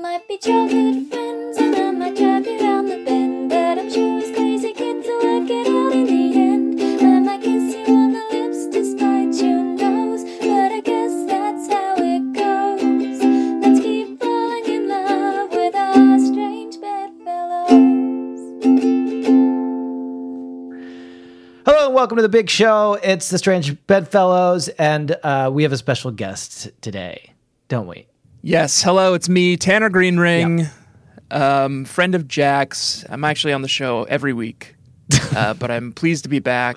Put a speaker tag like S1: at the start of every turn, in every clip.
S1: might be childhood friends, and I might drive you round the bend. But I'm sure as crazy kids will work it out in the end. I might kiss you on the lips despite your nose, but I guess that's how it goes. Let's keep falling in love with our strange bedfellows.
S2: Hello and welcome to the big show. It's the Strange Bedfellows, and uh, we have a special guest today, don't we?
S3: Yes. Hello, it's me, Tanner Greenring, um, friend of Jack's. I'm actually on the show every week, uh, but I'm pleased to be back.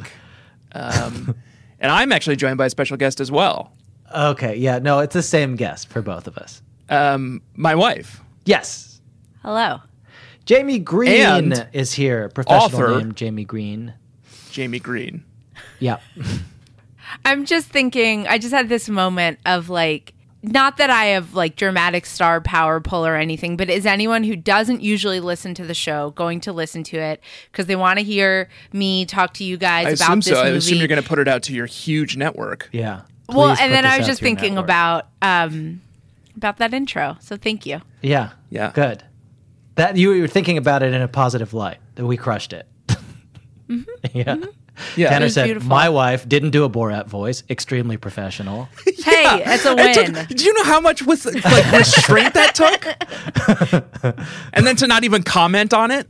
S3: Um, and I'm actually joined by a special guest as well
S2: Okay, yeah, no, it's the same guest for both of us.
S3: um, my wife.
S2: Yes,
S4: Hello.
S2: Jamie Green
S3: And
S2: is here. Professional
S3: author.
S2: name Jamie Green.
S3: Jamie Green.
S2: Yeah,
S4: I'm just thinking, I just had this moment of like, not that I have like dramatic star power pull or anything, but is anyone who doesn't usually listen to the show going to listen to it because they want to hear me talk to you guys
S3: I assume
S4: about this
S3: so. I
S4: movie?
S3: assume you're going to put it out to your huge network.
S2: yeah.
S4: well,
S2: Please put
S4: and then
S2: this
S4: I was
S2: out
S4: just
S2: to your
S4: thinking
S2: network.
S4: about um about that intro. So thank you.
S2: yeah,
S3: Yeah.
S2: good. That you were thinking about it in a positive light. That we crushed it. yeah.
S3: Yeah.
S2: Tanner
S4: Mm-hmm. was
S2: said,
S4: beautiful.
S2: "My wife didn't do a Borat voice. Extremely professional."
S4: Hey, that's a
S3: It
S4: win.
S3: took- do you know how much with like restraint that took? and then to not even comment on it?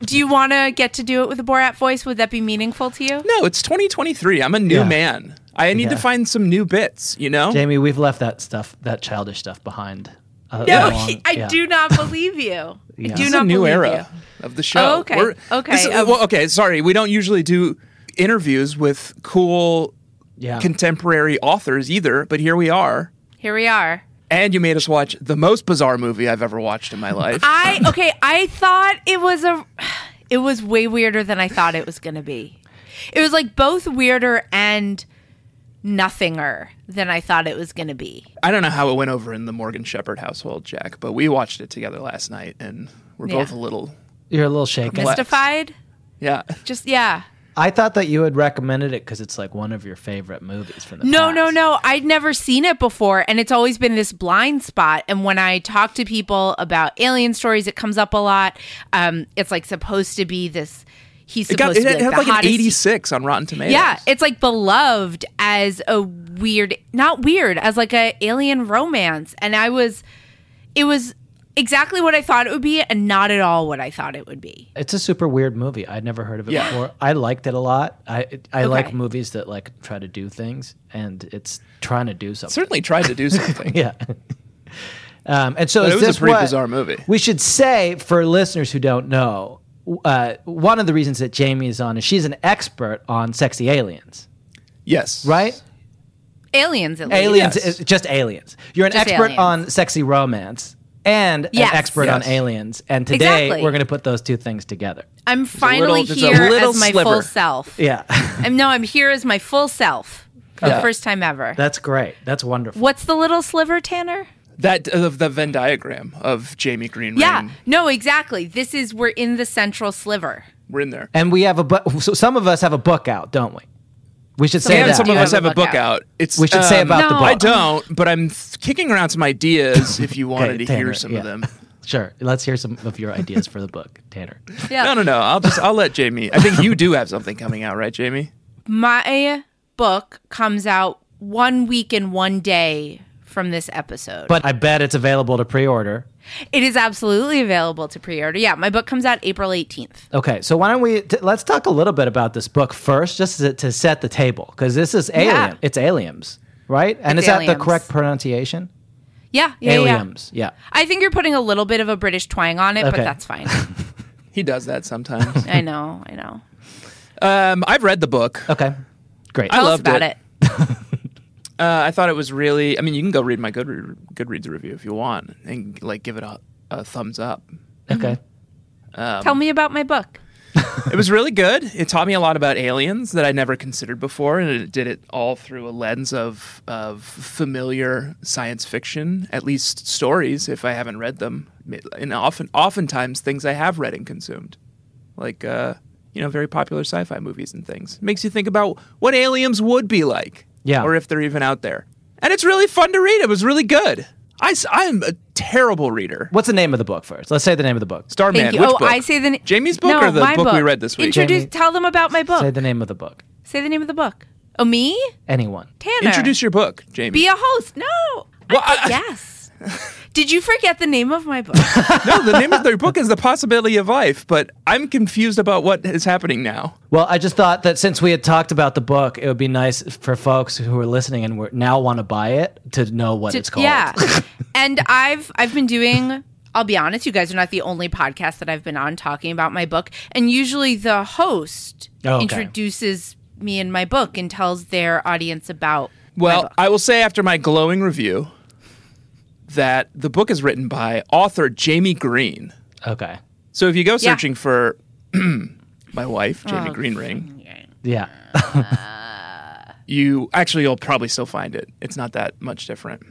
S4: Do you want to get to do it with a Borat voice? Would that be meaningful to you?
S3: No, it's 2023. I'm a new
S2: Yeah.
S3: man. I need
S2: Yeah.
S3: to find some new bits, you know?
S2: Jamie, we've left that stuff, that childish stuff behind. Uh,
S4: No,
S2: long-
S4: I
S2: yeah.
S4: do not believe you. I
S2: Yeah.
S4: do
S2: This
S3: It's
S4: not
S3: a new
S4: believe
S3: era
S4: you.
S3: of the show.
S4: Oh, okay. Okay,
S3: this is-
S4: um,
S3: well, okay. Sorry, we don't usually do interviews with cool
S2: Yeah.
S3: contemporary authors either, but here we are.
S4: Here we are.
S3: And you made us watch the most bizarre movie I've ever watched in my life.
S4: I okay, I thought it was a it was way weirder than I thought it was going to be. It was like both weirder and nothinger than I thought it was going to be.
S3: I don't know how it went over in the Morgan Shepherd household, Jack, but we watched it together last night, and we're
S4: Yeah.
S3: both a little,
S2: You're a little shaken.
S3: What?
S4: Mystified?
S3: yeah.
S4: Just yeah.
S2: I thought that you had recommended it because it's like one of your favorite movies from the
S4: No,
S2: past.
S4: no, no. I'd never seen it before, and it's always been this blind spot. And when I talk to people about alien stories, it comes up a lot. Um, it's like supposed to be this. He's
S3: It
S4: supposed
S3: got it
S4: to be
S3: had
S4: like, the
S3: like, an
S4: hottest-
S3: 86 on Rotten Tomatoes.
S4: Yeah, it's like beloved as a weird, not weird, as like a alien romance. And I was, it was exactly what I thought it would be, and not at all what I thought it would be.
S2: It's a super weird movie. I'd never heard of it
S3: Yeah.
S2: before. I liked it a lot. I it- I like
S4: Okay.
S2: movies that like try to do things, and it's trying to do something.
S3: certainly tried to do something.
S2: Yeah. Um, and so
S3: But
S2: is
S3: it was a
S2: this
S3: pretty
S2: what-
S3: bizarre movie.
S2: We should say for listeners who don't know, uh, one of the reasons that Jamie is on is she's an expert on sexy aliens,
S3: Yes,
S2: right?
S4: Aliens, at least.
S2: aliens
S3: Yes.
S2: is just aliens you're an
S4: Just
S2: expert
S4: aliens.
S2: on sexy romance and
S4: Yes.
S2: an expert on
S3: Yes.
S2: aliens and today
S4: Exactly.
S2: we're going to put those two things together
S4: I'm finally
S3: little- just a
S4: here
S3: little
S4: as my
S3: sliver.
S4: full self.
S2: yeah
S4: I'm no, I'm here as my full self for
S3: Yeah.
S4: the first time ever.
S2: that's great that's wonderful
S4: What's the little sliver, Tanner?
S3: That of the Venn diagram of Jamie Green.
S4: Yeah,
S3: Ring.
S4: no, exactly. This is we're in the central sliver.
S3: we're in there.
S2: and we have a bu- so some of us have a book out don't we we should say
S3: and
S2: that
S3: some of
S4: You
S3: us
S4: have
S3: have
S4: a
S3: a book
S4: book out.
S3: out. It's
S2: we should say
S3: um,
S2: about the
S4: No.
S2: book
S3: I don't, but I'm th- kicking around some ideas. If you wanted
S2: Okay,
S3: to
S2: Tanner,
S3: hear some
S2: yeah.
S3: of them,
S2: sure let's hear some of your ideas for the book tanner
S4: Yeah.
S3: no, no, no. I'll just I'll let Jamie. I think you do have something coming out, right, Jamie?
S4: My book comes out one week and one day from this episode.
S2: but i bet it's available to pre-order
S4: it is absolutely available to pre-order. Yeah, my book comes out April 18th.
S2: Okay, so why don't we t- let's talk a little bit about this book first, just to, to set the table, because this is alien.
S4: Yeah.
S2: It's aliens, right? And is
S4: It's
S2: that the
S4: aliens.
S2: correct pronunciation?
S4: Yeah, yeah, yeah.
S2: aliens. Yeah.
S4: I think you're putting a little bit of a British twang on it, but
S2: Okay.
S4: that's fine.
S3: He does that sometimes.
S4: I know, I know.
S3: um, I've read the book. Uh,
S2: Okay. Great.
S3: I
S4: Tell us
S3: loved
S4: about
S3: it.
S4: it.
S3: Uh, I thought it was really. I mean, you can go read my Goodre- Goodreads review if you want, and like give it a, a thumbs up.
S2: okay.
S4: Tell me about my book.
S3: It was really good. It taught me a lot about aliens that I never considered before, and it did it all through a lens of of familiar science fiction, at least stories if I haven't read them, and often oftentimes things I have read and consumed, like uh, you know very popular sci-fi movies and things. makes you think about what aliens would be like,
S2: Yeah.
S3: or if they're even out there. And it's really fun to read. It was really good. I, s- I am a terrible reader.
S2: What's the name of the book first? Let's say the name of the book.
S3: Starman.
S4: Thank you.
S3: Which
S4: oh,
S3: book?
S4: I say the n-
S3: Jamie's book
S4: No,
S3: or the
S4: my
S3: book we read this week?
S4: Introduce.
S2: Jamie-
S4: Tell them about my book.
S2: Say the name of the book.
S4: Say the name of the book. Oh, me?
S2: Anyone.
S4: Tanner.
S3: Introduce your book, Jamie.
S4: Be a host. No.
S3: Well,
S4: I
S3: I-
S4: said yes. Did you forget the name of my book?
S3: no, the name of their book is The Possibility of Life, but I'm confused about what is happening now.
S2: Well, I just thought that since we had talked about the book, it would be nice for folks who are listening and were, now want to buy it to know what it's called.
S4: Yeah. and I've I've been doing I'll be honest, you guys are not the only podcast that I've been on talking about my book. And usually the host
S2: Oh, okay.
S4: introduces me and my book and tells their audience about
S3: Well,
S4: book.
S3: I will say after my glowing review that the book is written by author Jamie Green.
S2: Okay.
S3: So if you go
S4: Yeah.
S3: searching for my wife, Jamie Greenring,
S2: Yeah.
S3: you actually you'll probably still find it. It's not that much different.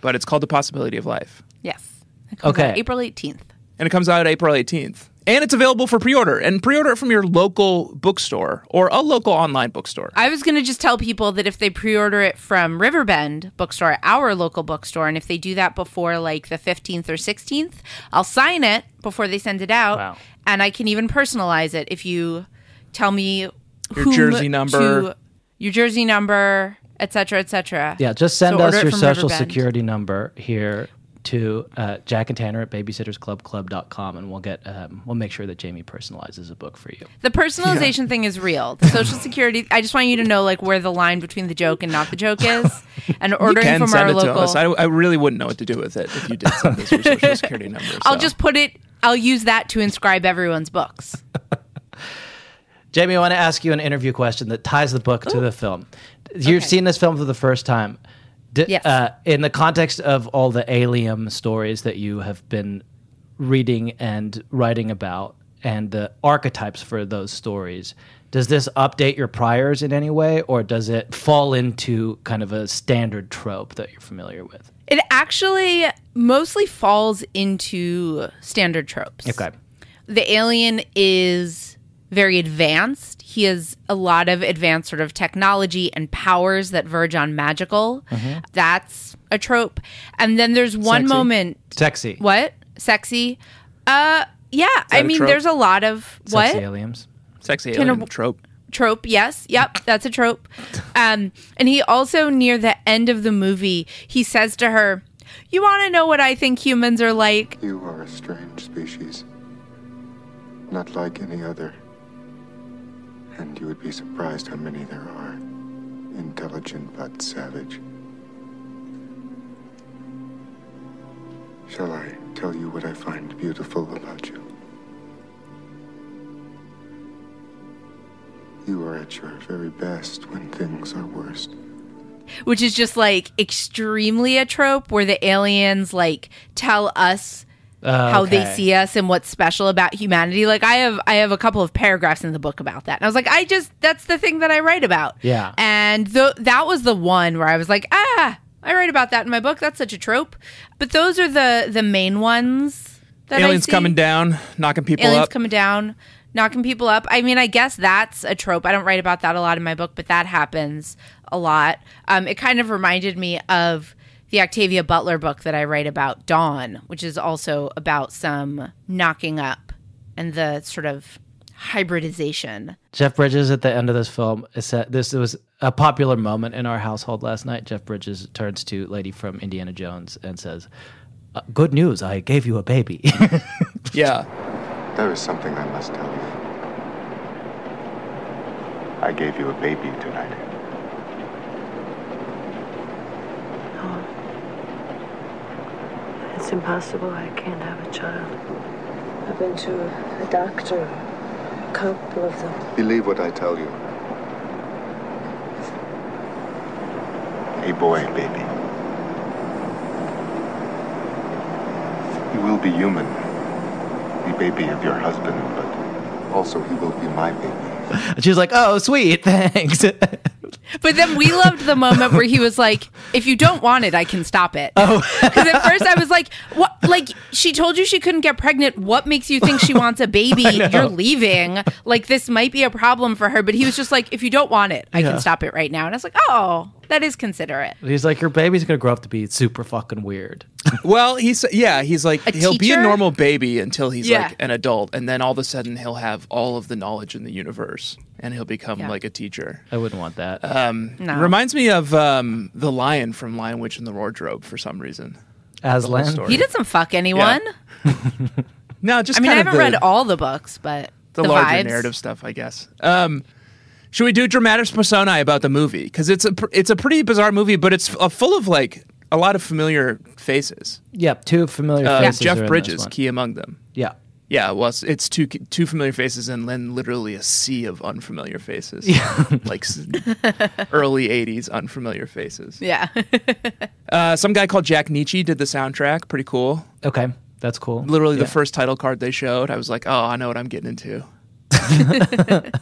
S3: But it's called The Possibility of Life.
S4: Yes. It comes
S2: Okay.
S4: out April 18th.
S3: And it comes out April 18th. And it's available for pre-order. And pre-order it from your local bookstore or a local online bookstore.
S4: I was going to just tell people that if they pre-order it from Riverbend bookstore, our local bookstore, and if they do that before like the 15th or 16th, I'll sign it before they send it out.
S2: Wow.
S4: And I can even personalize it if you tell me
S3: Your
S4: whom
S3: jersey number.
S4: to- your jersey number, et cetera, et cetera.
S2: Yeah. Just send
S4: So order
S2: us
S4: it
S2: your
S4: from
S2: social
S4: Riverbend.
S2: security number here to uh, Jack and Tanner at babysittersclubclub.com and we'll get um, we'll make sure that Jamie personalizes a book for you.
S4: The personalization thing is real. The social security. I just want you to know like where the line between the joke and not the joke is. And ordering
S3: you can
S4: from
S3: send
S4: our
S3: it
S4: local.
S3: to us. I, I really wouldn't know what to do with it if you did send us your social security number.
S4: I'll
S3: so.
S4: just put it. I'll use that to inscribe everyone's books.
S2: Jamie, I want to ask you an interview question that ties the book to the film. You've
S4: Okay.
S2: seen this film for the first time. D-
S4: Yes.
S2: uh, in the context of all the alien stories that you have been reading and writing about and the archetypes for those stories, does this update your priors in any way or does it fall into kind of a standard trope that you're familiar with?
S4: It actually mostly falls into standard tropes.
S2: Okay.
S4: The alien is very advanced. He has a lot of advanced sort of technology and powers that verge on magical. That's a trope. And then there's one
S3: Mm-hmm. Sexy.
S4: moment.
S2: Sexy.
S4: What? Sexy? Uh, yeah. I
S3: a
S4: mean,
S3: trope?
S4: there's a lot of what?
S2: Sexy aliens.
S3: sexy
S4: Tanner,
S3: alien
S4: w-
S3: trope.
S4: trope yes yep that's a trope um and he also near the end of the movie he says to her you want to know what i think humans are like
S5: You are a strange species, not like any other. And you would be surprised how many there are. Intelligent but savage. Shall I tell you what I find beautiful about you? You are at your very best when things are worst.
S4: which is just like extremely a trope where the aliens like tell us how they
S2: okay.
S4: see us and what's special about humanity like i have i have a couple of paragraphs in the book about that and i was like i just that's the thing that i write about
S2: Yeah.
S4: and th- that was the one where i was like ah i write about that in my book that's such a trope but those are the the main ones that I
S3: Aliens
S4: see.
S3: coming down, knocking people
S4: aliens
S3: up.
S4: coming down knocking people up i mean i guess that's a trope i don't write about that a lot in my book but that happens a lot um, it kind of reminded me of the octavia butler book that i write about dawn which is also about some knocking up and the sort of hybridization
S2: Jeff Bridges at the end of this film is said this was a popular moment in our household last night. Jeff Bridges turns to lady from Indiana Jones and says, uh, "Good news, I gave you a baby."
S3: yeah.
S5: There is something I must tell you. I gave you a baby tonight.
S6: It's impossible. I can't have a child. I've been to a doctor, a couple of them.
S5: Believe what I tell you. A boy, baby. He will be human. The baby of your husband, but also he will be my baby.
S2: and she's like, "Oh, sweet, thanks."
S4: but then we loved the moment where he was like If you don't want it, I can stop it. Oh, because at first I was like, "What? Like she told you she couldn't get pregnant. What makes you think she wants a baby? You're leaving. Like this might be a problem for her." But he was just like, "If you don't want it, I
S2: Yeah.
S4: can stop it right now." And I was like, "Oh, that is considerate."
S2: He's like, your baby's gonna grow up to be super fucking weird.
S3: Well, he's yeah, he's like
S4: A
S3: he'll be a
S4: teacher?
S3: normal baby until he's
S4: Yeah.
S3: like an adult, and then all of a sudden he'll have all of the knowledge in the universe, and he'll become
S4: Yeah.
S3: like a teacher.
S2: I wouldn't want that.
S3: Uh,
S4: No,
S3: Reminds me of um, the lion from Lion Witch and the Wardrobe for some reason.
S2: Aslan.
S3: story.
S4: he doesn't fuck anyone.
S3: No, just
S4: I mean, I
S3: kind
S4: haven't
S3: of the,
S4: read all the books, but
S3: the,
S4: the,
S3: larger
S4: vibes.
S3: narrative stuff, I guess. Um, should we do dramatis personae about the movie? Because it's a pr- it's a pretty bizarre movie, but it's uh, full of like a lot of familiar faces.
S2: Yep, two familiar
S3: Uh,
S2: faces. are in
S3: Jeff
S2: this
S3: Bridges,
S2: one.
S3: key among them.
S2: Yeah.
S3: Yeah, well, it's, it's two two familiar faces and then literally a sea of unfamiliar faces, like s- early '80s unfamiliar faces.
S4: Yeah,
S3: Uh, some guy called Jack Nietzsche did the soundtrack, pretty cool.
S2: Okay, that's cool.
S3: Literally,
S2: Yeah.
S3: the first title card they showed, I was like, "Oh, I know what I'm getting into," and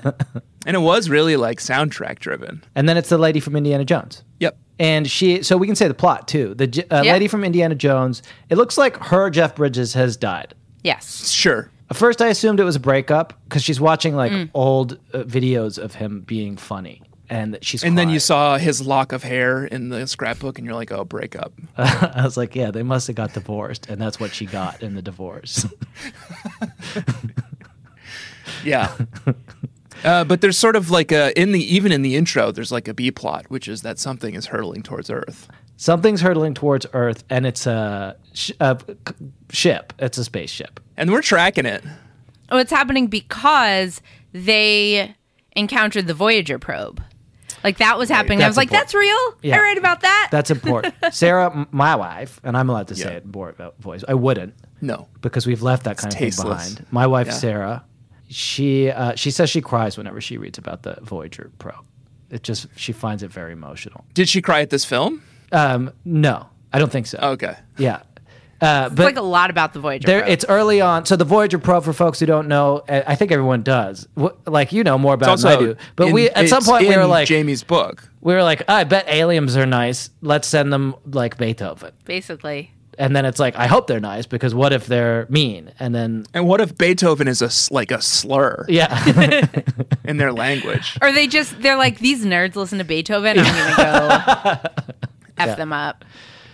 S3: it was really like soundtrack driven.
S2: And then it's the lady from Indiana Jones.
S3: Yep.
S2: And she, so we can say the plot too. The J- uh,
S4: Yeah.
S2: lady from Indiana Jones. It looks like her Jeff Bridges has died.
S4: yes,
S3: Sure.
S2: At first, I assumed it was a breakup because she's watching like old uh, videos of him being funny, and that she's.
S3: And then you
S2: crying.
S3: saw his lock of hair in the scrapbook, and you're like, "Oh, break up."
S2: I was like, yeah, they must have got divorced, and that's what she got in the divorce.
S3: Yeah. Uh, but there's sort of like a in the even in the intro there's like a B plot which is that something is hurtling towards Earth.
S2: Something's hurtling towards Earth, and it's a, sh- a c- ship. It's a spaceship.
S3: And we're tracking it.
S4: Oh, it's happening because they encountered the Voyager probe. Like that was happening. I
S2: That's
S4: was like,
S2: important.
S4: "That's real."
S2: Yeah.
S4: I read about that.
S2: That's important. Sarah, m- my wife, and I'm allowed to say
S3: Yeah.
S2: it in board uh, voice. I wouldn't
S3: No.
S2: because we've left that kind of
S3: tasteless.
S2: thing behind. My wife,
S3: Yeah.
S2: Sarah, she uh, she says she cries whenever she reads about the Voyager probe. It just she finds it very emotional.
S3: Did she cry at this film?
S2: Um, no, I don't think so.
S3: Okay.
S2: Yeah, uh,
S4: It's
S2: but
S4: like a lot about the Voyager
S2: there,
S4: probe.
S2: it's early on. So the Voyager probe, for folks who don't know, eh, I I think everyone does. Wh- Like you know more about
S3: It's
S2: it than Uh, I do. But
S3: in-
S2: we at some
S3: it's
S2: point we
S3: in
S2: were like
S3: Jamie's book.
S2: we were like, I bet aliens are nice. Let's send them like Beethoven.
S4: basically.
S2: and then it's like I hope they're nice because what if they're mean? And then
S3: And what if Beethoven is a s- like a slur
S2: yeah,
S3: in their language?
S4: Or they just they're like these nerds listen to Beethoven. I'm gonna go f them up.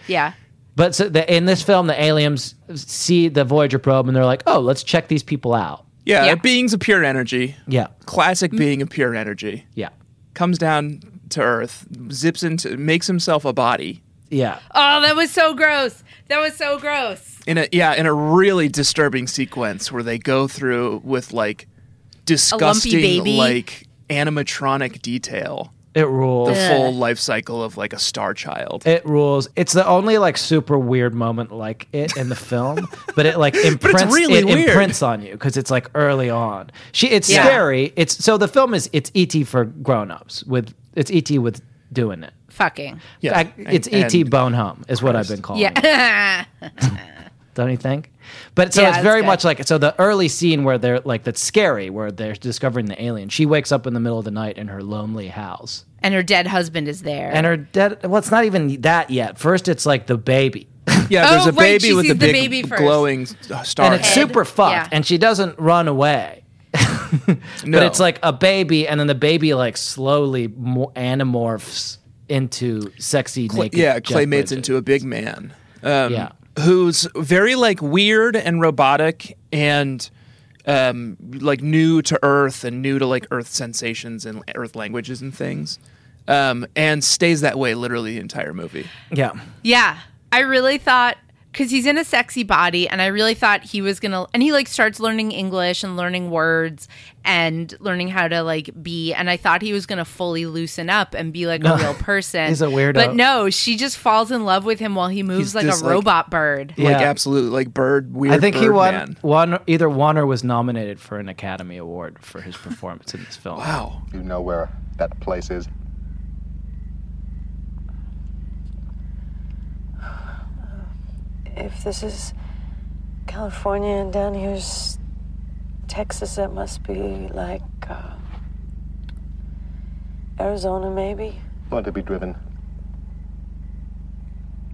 S4: Yeah,
S2: but so the, in this film, the aliens see the Voyager probe and they're like, oh, let's check these people out.
S3: Yeah,
S4: Yeah. Mm-hmm.
S3: beings of pure energy.
S2: Yeah,
S3: Classic being of pure energy
S2: yeah,
S3: comes down to Earth, zips into makes himself a body
S2: yeah.
S4: Oh, that was so gross. That was so gross.
S3: in a yeah in a really disturbing sequence where they go through with like disgusting
S4: baby.
S3: like animatronic detail
S2: It
S3: the
S2: rules.
S3: full life cycle of like a star child.
S2: It rules. It's the only like super weird moment like it in the film, but it like imprints
S3: really
S2: it
S3: weird.
S2: imprints on you because it's like early on. She it's
S4: Yeah.
S2: scary. It's so the film is it's ET for grown-ups with it's ET with doing it.
S4: Fucking
S3: Yeah,
S2: I- it's
S3: and-
S2: ET
S3: and-
S2: Bone Home is what I've been calling it.
S4: yeah.
S2: don't you think? But so
S4: Yeah,
S2: it's
S4: it's
S2: very
S4: good.
S2: much like so the early scene where they're like that's scary where they're discovering the alien. She wakes up in the middle of the night in her lonely house,
S4: and her dead husband is there.
S2: and her dead. Well, it's not even that yet. First, it's like the baby,
S3: Yeah,
S4: Oh,
S3: there's a
S4: right,
S3: baby
S4: she
S3: with
S4: sees
S3: a
S4: the
S3: big
S4: baby first.
S3: glowing s- uh, star.
S2: and it's
S3: head.
S4: Head.
S2: super fucked,
S4: Yeah.
S2: and she doesn't run away.
S3: No.
S2: But it's like a baby, and then the baby like slowly mo- anamorphs into sexy naked.
S3: yeah,
S2: Jeff
S3: claymates
S2: Bridges.
S3: into a big man. Um,
S2: Yeah.
S3: who's very like weird and robotic and um, like new to Earth and new to like Earth sensations and Earth languages and things. Um, and stays that way literally the entire movie.
S2: yeah.
S4: Yeah. I really thought because he's in a sexy body, and I really thought he was gonna. And he like starts learning English and learning words and learning how to like be. And I thought he was gonna fully loosen up and be like a real person.
S2: He's a weirdo.
S4: But no, she just falls in love with him while he moves
S3: He's
S4: like a
S3: just, like-
S4: robot bird.
S3: Like
S2: Yeah.
S3: absolute like bird weird.
S2: I think he
S3: bird
S2: won
S3: man.
S2: won either won or was nominated for an Academy Award for his performance in this film.
S3: Wow.
S5: You know where that place is?
S6: If this is California and down here's Texas, that must be like uh, Arizona, maybe.
S5: Want to be driven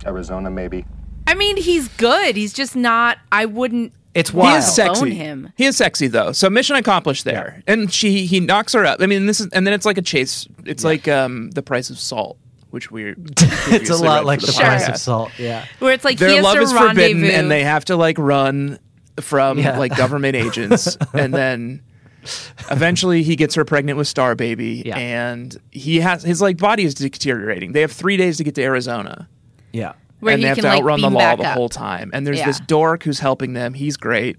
S5: Arizona, maybe.
S4: I mean, he's good. He's just not. I wouldn't.
S2: It's
S4: Wow.
S3: He
S2: wild.
S3: is sexy.
S4: Own him.
S3: He is sexy though. So mission accomplished there. And she he knocks her up. I mean, this is and then it's like a chase. It's like um the price of salt, which we're
S2: it's a lot like the,
S4: Sure.
S2: price of salt. Yeah.
S4: Where it's like he
S3: Their
S4: has
S3: love
S4: to
S3: is
S4: rendezvous.
S3: forbidden, and they have to like run from
S2: Yeah.
S3: like government agents, and then eventually he gets her pregnant with Star Baby,
S2: Yeah.
S3: and he has his like body is deteriorating. They have three days to get to Arizona.
S2: Yeah.
S4: where
S3: and
S4: he
S3: they have
S4: can
S3: to
S4: like
S3: outrun
S4: beam
S3: the law
S4: back
S3: the
S4: up.
S3: whole time. And there's
S4: Yeah.
S3: this dork who's helping them. He's great.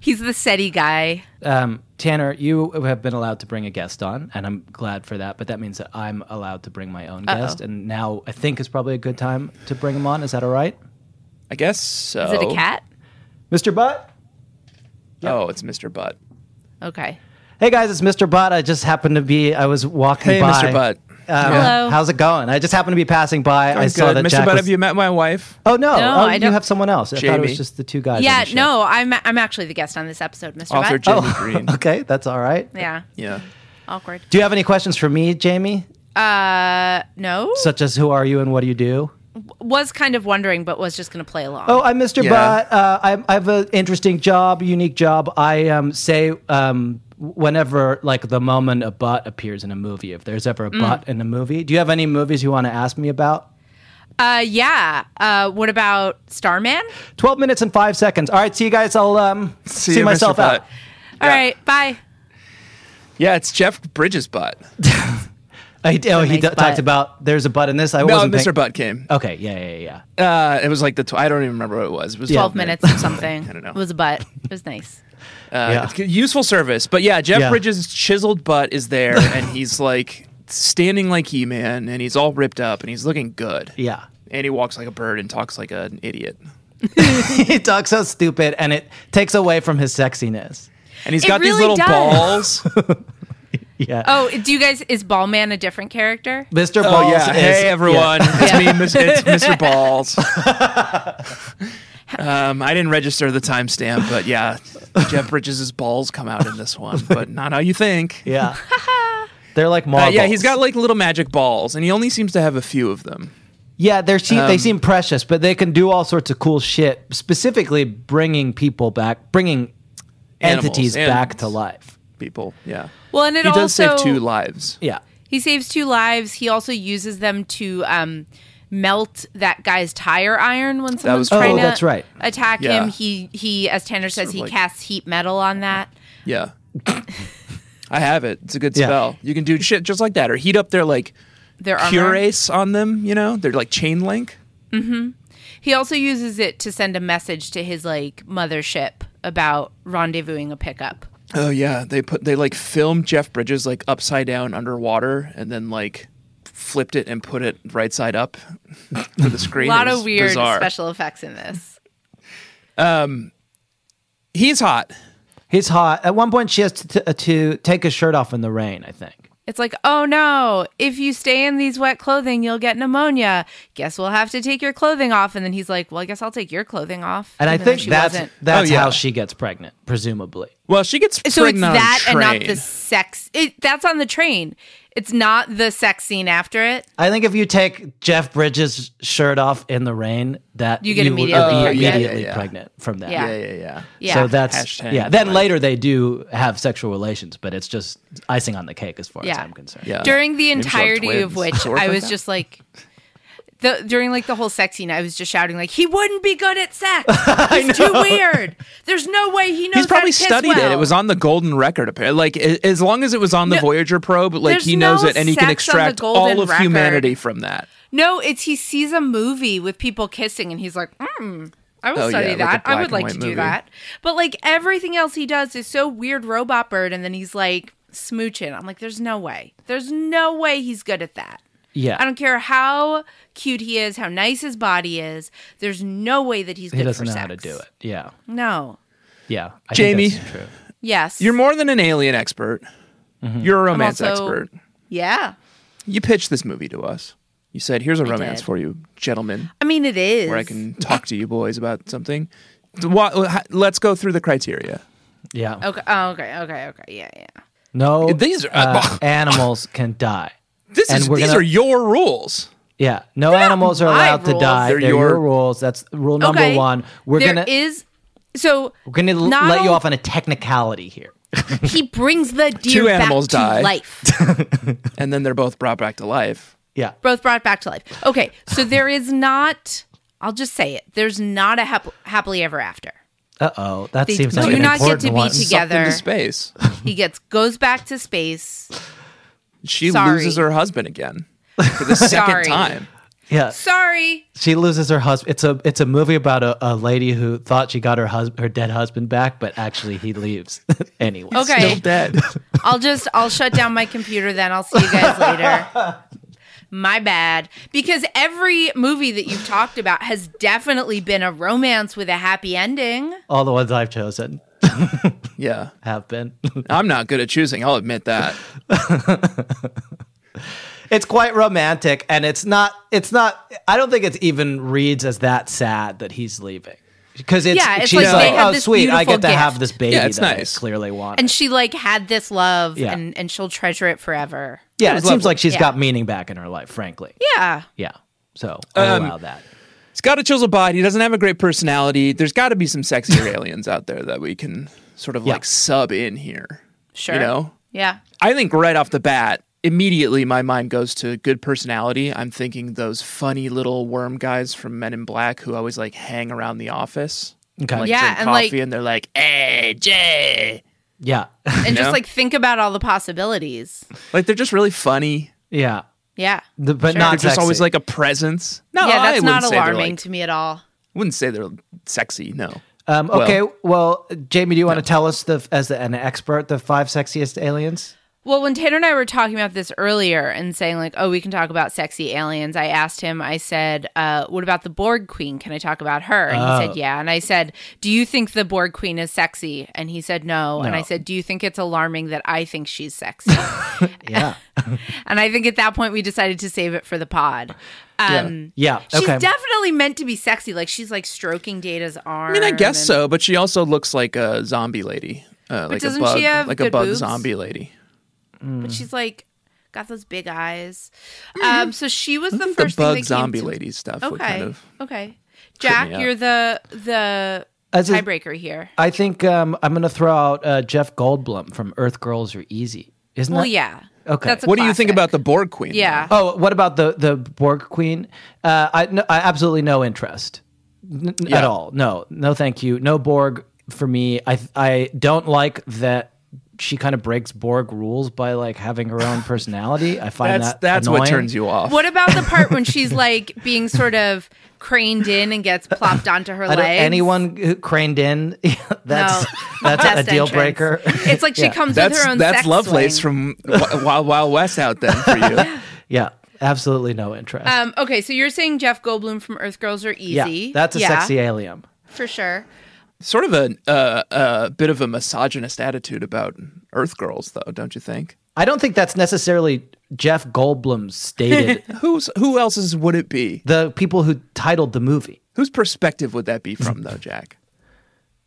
S4: He's the SETI guy.
S2: Um, Tanner, you have been allowed to bring a guest on, and I'm glad for that. But that means that I'm allowed to bring my own guest, and now I think is probably a good time to bring him on. Is that all right,
S3: I guess so.
S4: Is it a cat?
S2: Mr. Butt?
S3: Oh, it's Mr. Butt.
S4: Okay.
S2: Hey guys, it's Mr. Butt. I just happened to be. I was walking
S3: Hey,
S2: by.
S3: Mr. Butt.
S2: Um,
S4: Hello.
S2: How's it going? I just happened to be passing by. i
S3: I'm
S2: saw
S3: good.
S2: that
S3: Mr.
S2: Jack
S3: Butt,
S2: was-
S3: have you met my wife?
S2: Oh no!
S4: No,
S2: oh,
S4: I
S2: you
S4: don't-
S2: have someone else. I thought it
S3: Jamie.
S2: was just the two guys. on
S4: yeah.
S2: the show. Oh,
S4: No, I'm. I'm actually the guest on this episode, Mr.
S3: Author
S4: Butt.
S3: Jamie Green.
S2: Okay, that's all right.
S4: yeah.
S3: Yeah.
S4: Awkward.
S2: Do you have any questions for me, Jamie?
S4: Uh, no.
S2: Such as who are you and what do you do?
S4: was kind of wondering, but was just going to play along.
S2: Oh, I'm Mr.
S3: Yeah.
S2: Butt. Uh, I, I have an interesting job, unique job. I um, say um, whenever, like, the moment a butt appears in a movie, if there's ever a
S3: Mm.
S2: butt in a movie. Do you have any movies you want to ask me about?
S4: Uh, yeah. Uh, what about Starman?
S2: 12 minutes and five seconds. All right, see you guys. I'll um, see,
S3: you, Mr.
S2: myself out.
S3: Butt.
S4: All right. Bye.
S3: Yeah, it's Jeff Bridges' butt.
S2: I, oh, he
S4: nice
S2: d-
S4: butt.
S2: talked about there's a butt in this. I
S3: No,
S2: wasn't
S3: Mr.
S2: think-
S3: Butt came.
S2: Okay, yeah, yeah, yeah.
S3: Uh, it was like the tw- I don't even remember what it was. Uh, It was
S4: 12 minutes or something.
S3: I don't know.
S4: It was a butt. It was nice.
S3: Uh,
S2: Yeah.
S3: it's good- useful service, but yeah, Jeff
S2: Yeah.
S3: Bridges' chiseled butt is there, and he's like standing like He Man, and he's all ripped up, and he's looking good.
S2: Yeah.
S3: And he walks like a bird and talks like an idiot,
S2: he talks so stupid and it takes away from his sexiness.
S3: and he's
S4: It
S3: got
S4: really
S3: these little
S4: does.
S3: balls.
S2: Yeah.
S4: Oh, do you guys, is Ballman a different character?
S2: Mr. Balls
S3: Oh yeah,
S2: is-
S3: hey everyone, it's me, Mis- it's Mr. Balls. um, I didn't register the timestamp, but yeah, Jeff Bridges' balls come out in this one, but not how you think.
S2: Yeah. They're like
S3: Uh,
S2: marbles.
S3: yeah, he's got like little magic balls, and he only seems to have a few of them.
S2: Yeah, they're she- they
S3: Um,
S2: seem precious, but they can do all sorts of cool shit. Specifically, bringing people back, bringing
S3: Animals,
S2: entities
S3: animals.
S2: back to life.
S3: People, yeah.
S4: Well, and it
S3: he does
S4: also,
S3: save two lives.
S2: Yeah,
S4: he saves two lives. He also uses them to, um, melt that guy's tire iron when someone's
S3: was cool.
S4: trying to
S2: Oh, that's right.
S4: attack
S3: Yeah.
S4: him. He, he, as Tanner says,
S3: of
S4: he
S3: like-
S4: casts heat metal on that.
S3: Yeah. I have it. It's a good
S2: Yeah.
S3: spell. You can do shit just like that, or heat up their like
S4: Their armor.
S3: curace on them. You know, they're like chain link.
S4: He also uses it to send a message to his like mothership about rendezvousing a pickup.
S3: Oh yeah, they put they like filmed Jeff Bridges like upside down underwater, and then like flipped it and put it right side up for the
S4: A
S3: screen.
S4: lot
S3: It
S4: of
S3: was
S4: weird
S3: bizarre.
S4: special effects in this.
S3: He's hot.
S2: he's hot. At one point, she has to, to, to take his shirt off in the rain. I think.
S4: It's like, oh no, if you stay in these wet clothing, you'll get pneumonia. Guess we'll have to take your clothing off. And then he's like, well, I guess I'll take your clothing off.
S2: And I
S4: even though
S2: think
S4: she
S2: that's
S4: wasn't.
S2: that's
S3: Oh, yeah.
S2: how she gets pregnant, presumably.
S3: Well, she gets
S4: so it's
S3: pregnant
S4: that
S3: on
S4: and
S3: a
S4: not
S3: train.
S4: the sex. It, that's on the train. It's not the sex scene after it.
S2: I think if you take Jeff Bridges' shirt off in the rain, that
S4: You get
S2: will
S4: immediately
S2: be
S4: pregnant.
S2: immediately
S3: Yeah.
S2: pregnant from that.
S4: Yeah.
S3: Yeah, yeah, yeah.
S4: Yeah.
S2: So that's
S3: Hashtag
S2: yeah. Then
S3: like-
S2: later they do have sexual relations, but it's just icing on the cake as far as
S4: Yeah.
S2: I'm concerned.
S3: Yeah.
S4: during the
S3: Maybe she'll have
S4: entirety of
S3: twins.
S4: which
S3: Or
S4: I
S3: like
S4: was
S3: that.
S4: just like the during like the whole sex scene I was just shouting like he wouldn't be good at sex. He's too weird. There's no way he knows
S3: He's probably
S4: how to kiss
S3: studied
S4: well.
S3: it. It was on the golden record, apparently. Like a- as long as it was on the
S4: No-
S3: Voyager probe, like
S4: There's
S3: he knows
S4: no
S3: it, and he can
S4: sex on the
S3: extract
S4: golden
S3: all of
S4: record.
S3: humanity from that.
S4: No, it's he sees a movie with people kissing and he's like, hmm, I will
S3: Oh,
S4: study
S3: yeah, like a
S4: that. I
S3: black
S4: would
S3: and
S4: like
S3: white
S4: to do
S3: movie.
S4: that. But like everything else he does is so weird robot bird and then he's like smooching. I'm like, there's no way. There's no way he's good at that.
S2: Yeah.
S4: I don't care how cute he is, how nice his body is. There's no way that he's good
S2: he doesn't
S4: for
S2: know
S4: sex.
S2: how to do it. Yeah,
S4: No.
S2: yeah. I
S3: Jamie.
S2: think that's true.
S4: Yes.
S3: You're more than an alien expert.
S2: Mm-hmm.
S3: You're a romance
S4: also-
S3: expert.
S4: Yeah.
S3: You pitched this movie to us. You said, "Here's a romance
S4: did.
S3: for you, gentlemen,
S4: I mean, it is.
S3: where I can talk to you boys about something." Th- wha- wha- Let's go through the criteria.
S2: Yeah.
S4: Okay. Oh, okay. Okay. Okay. Yeah. Yeah.
S2: No,
S3: These are-
S2: uh, animals can die.
S3: This
S2: And
S3: is
S2: we're
S3: these
S2: gonna-
S3: are your rules.
S2: Yeah, no
S4: They're not
S2: animals are
S4: my
S2: allowed to
S4: rules.
S2: die. They're,
S3: They're
S2: your,
S3: your-
S2: rules. That's rule number
S4: Okay.
S2: one. We're
S4: There
S2: gonna
S4: is- so
S2: we're gonna l-
S4: not
S2: let you
S4: on-
S2: off on a technicality here.
S4: he brings the deer
S3: Two
S4: back
S3: animals
S4: to
S3: die.
S4: life.
S3: and then they're both brought back to life.
S2: Yeah,
S4: both brought back to life. Okay, so there is not. I'll just say it. There's not a hap- happily ever after.
S2: uh oh, that
S4: They
S2: seems
S4: do
S2: like an
S4: not
S2: important
S4: get to be
S2: one.
S4: together.
S3: Sucked into space.
S4: He gets goes back to space.
S3: She
S4: Sorry.
S3: loses her husband again for the second
S4: Sorry.
S3: time.
S2: Yeah,
S4: Sorry,
S2: she loses her husband. It's a it's a movie about a, a lady who thought she got her hus- her dead husband back, but actually he leaves anyway.
S4: Okay.
S3: Still dead.
S4: I'll just I'll shut down my computer then. I'll see you guys later. My bad. Because every movie that you've talked about has definitely been a romance with a happy ending.
S2: All the ones I've chosen
S3: yeah.
S2: have been.
S3: I'm not good at choosing. I'll admit that.
S2: it's quite romantic, and it's not. It's not. I don't think it's even reads as that sad that he's leaving. Because it's,
S4: Yeah, it's
S2: she's
S4: like
S2: like,
S4: they have
S2: oh
S4: this
S2: sweet, I
S4: beautiful
S2: get to have
S4: gift."
S2: this baby
S3: Yeah, it's
S2: that
S3: nice.
S2: I clearly want.
S4: And she like had this love
S2: Yeah.
S4: and and she'll treasure it forever.
S2: Yeah, it,
S3: was
S2: seems
S3: lovely.
S2: like she's
S4: Yeah.
S2: got meaning back in her life, frankly.
S4: Yeah.
S2: Yeah. So I'll
S3: Um,
S2: allow that.
S3: He's got a chiseled body. He doesn't have a great personality. There's got to be some sexier aliens out there that we can sort of
S2: Yeah.
S3: like sub in here.
S4: Sure.
S3: You know?
S4: Yeah.
S3: I think right off the bat, immediately my mind goes to good personality. I'm thinking those funny little worm guys from Men in Black who always like hang around the office.
S2: Okay.
S3: Like
S4: Yeah,
S3: drink
S4: and,
S3: coffee
S4: like-
S3: and they're like, hey, Jay.
S2: Yeah.
S4: And just
S3: know?
S4: like think about all the possibilities.
S3: Like they're just really funny.
S2: yeah.
S4: Yeah.
S2: The- but
S4: Sure.
S2: not
S3: They're just
S2: sexy.
S3: always like a presence. No,
S4: yeah,
S3: I
S4: that's
S3: wouldn't
S4: not
S3: say they're
S4: alarming
S3: like,
S4: to me at all.
S3: wouldn't say they're sexy. No.
S2: Um, okay. Well, Jamie, do you want to tell us the as the, an expert the five sexiest aliens?
S4: Well, when Tanner and I were talking about this earlier and saying, like, oh, we can talk about sexy aliens, I asked him, I said, uh, what about the Borg Queen? Can I talk about her? And
S3: Oh.
S4: he said, yeah. And I said, do you think the Borg Queen is sexy? And he said, no. And I
S2: No.
S4: said, do you think it's alarming that I think she's sexy?
S2: Yeah.
S4: and I think at that point we decided to save it for the pod. Um,
S2: yeah.
S4: She's
S2: okay.
S4: definitely meant to be sexy. Like, she's like stroking Data's arm.
S3: I mean, I guess
S4: and-
S3: so, but she also looks like a zombie lady. Uh, like a
S4: doesn't
S3: bug,
S4: she have
S3: like a
S4: good
S3: bug
S4: boobs?
S3: zombie lady.
S4: But she's like, got those big eyes. Um, so she was the
S3: Mm-hmm. The
S4: first thing that
S3: bug
S4: came
S3: zombie
S4: to-
S3: lady stuff
S4: Okay.
S3: would kind of
S4: okay. Jack,
S3: me up.
S4: you're the the
S2: As a-
S4: tiebreaker here.
S2: I think um, I'm going to throw out uh, Jeff Goldblum from Earth Girls Are Easy. Isn't
S4: Well,
S2: that?
S4: yeah.
S2: Okay.
S4: That's a
S3: What do you think
S4: classic.
S3: about the Borg Queen?
S4: Yeah.
S2: Oh, what about the the Borg Queen? Uh, I no, I absolutely no interest N- n- at
S3: Yeah.
S2: all. No, no, thank you. No Borg for me. I I don't like that she kind of breaks Borg rules by like having her own personality. I find
S3: That's
S2: that
S3: that's
S2: annoying.
S3: what turns you off.
S4: What about the part when she's like being sort of craned in and gets plopped onto her
S2: I don't,
S4: legs?
S2: anyone who craned in, that's that's
S4: Best
S2: a deal
S4: entrance.
S2: breaker.
S4: It's like she comes with
S3: that's
S4: her own
S3: that's
S4: sex
S3: Lovelace
S4: swing.
S3: from Wi- Wild Wild West out then for you.
S2: yeah, absolutely no interest.
S4: Um, okay, so you're saying Jeff Goldblum from Earth Girls Are Easy.
S2: yeah, that's a
S4: Yeah,
S2: sexy alien.
S4: for sure.
S3: sort of a uh, a bit of a misogynist attitude about Earth girls, though, don't you think?
S2: I don't think that's necessarily Jeff Goldblum's stated.
S3: Who's who else's would it be?
S2: the people who titled the movie.
S3: Whose perspective would that be from, though, Jack?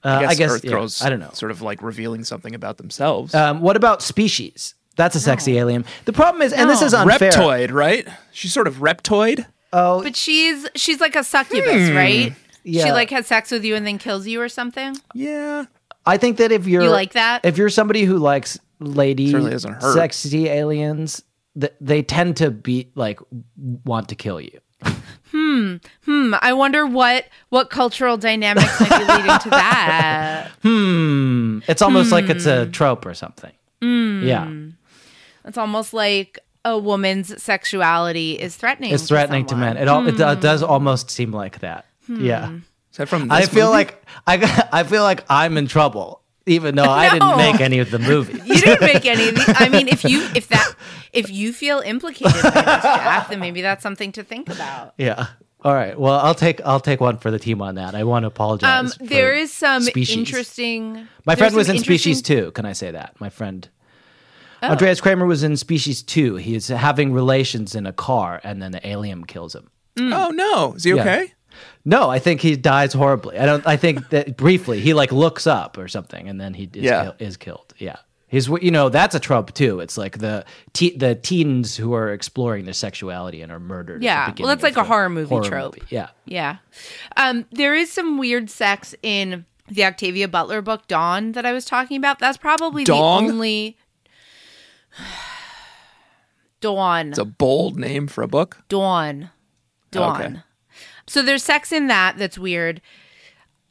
S2: Uh, I guess,
S3: Earth
S2: yeah,
S3: girls.
S2: I don't know.
S3: Sort of like revealing something about themselves.
S2: Um, what about species? That's a sexy alien. The problem is, and this is unfair.
S3: reptoid, right? She's sort of reptoid.
S4: But she's she's like a succubus, right?
S2: Oh.
S4: She
S2: Hmm. Yeah.
S4: like has sex with you and then kills you or something.
S3: Yeah.
S2: I think that if you're
S4: You like that?
S2: if you're somebody who likes lady
S3: Certainly doesn't hurt.
S2: sexy aliens, th- they tend to be like want to kill you.
S4: Hmm, I wonder what what cultural dynamics might be leading to that.
S2: It's almost like it's a
S4: Hmm.
S2: trope or something. Yeah,
S4: It's almost like a woman's sexuality is threatening.
S2: it's threatening to
S4: someone.
S2: men. It all it,
S4: Hmm.
S2: uh, does almost seem like that. Yeah,
S3: Is that from? This
S2: I feel
S3: movie?
S2: like I I feel like I'm in trouble, even though I
S4: No.
S2: didn't make any of the movie.
S4: You didn't make any. Of the, I mean, if you if that if you feel implicated by this, Jack, then maybe that's something to think about.
S2: Yeah. All right. Well, I'll take I'll take one for the team on that. I want to apologize.
S4: Um,
S2: for
S4: there is some
S2: species.
S4: interesting.
S2: My
S4: there's
S2: friend was
S4: some
S2: in Species
S4: interesting- Oh.
S2: Two. Can I say that? My friend Andreas Kramer was in Species Two. He is having relations in a car, and then the alien kills him.
S3: Oh no! Is he okay?
S2: No, I think he dies horribly. I don't. I think that briefly he like looks up or something, and then he is,
S3: Yeah.
S2: kill, is killed. Yeah. His, you know, that's a trope too. It's like the te- the teens who are exploring their sexuality and are murdered. at the
S4: Yeah. Well,
S2: beginning
S4: that's
S2: of
S4: like a
S2: the
S4: horror movie trope.
S2: Yeah,
S4: Yeah. Um, there is some weird sex in the Octavia Butler book, Dawn, that I was talking about. That's probably
S3: Dong?
S4: the only. Dawn.
S3: It's a bold name for a book.
S4: Dawn. Dawn.
S3: Okay.
S4: So there's sex in that that's weird.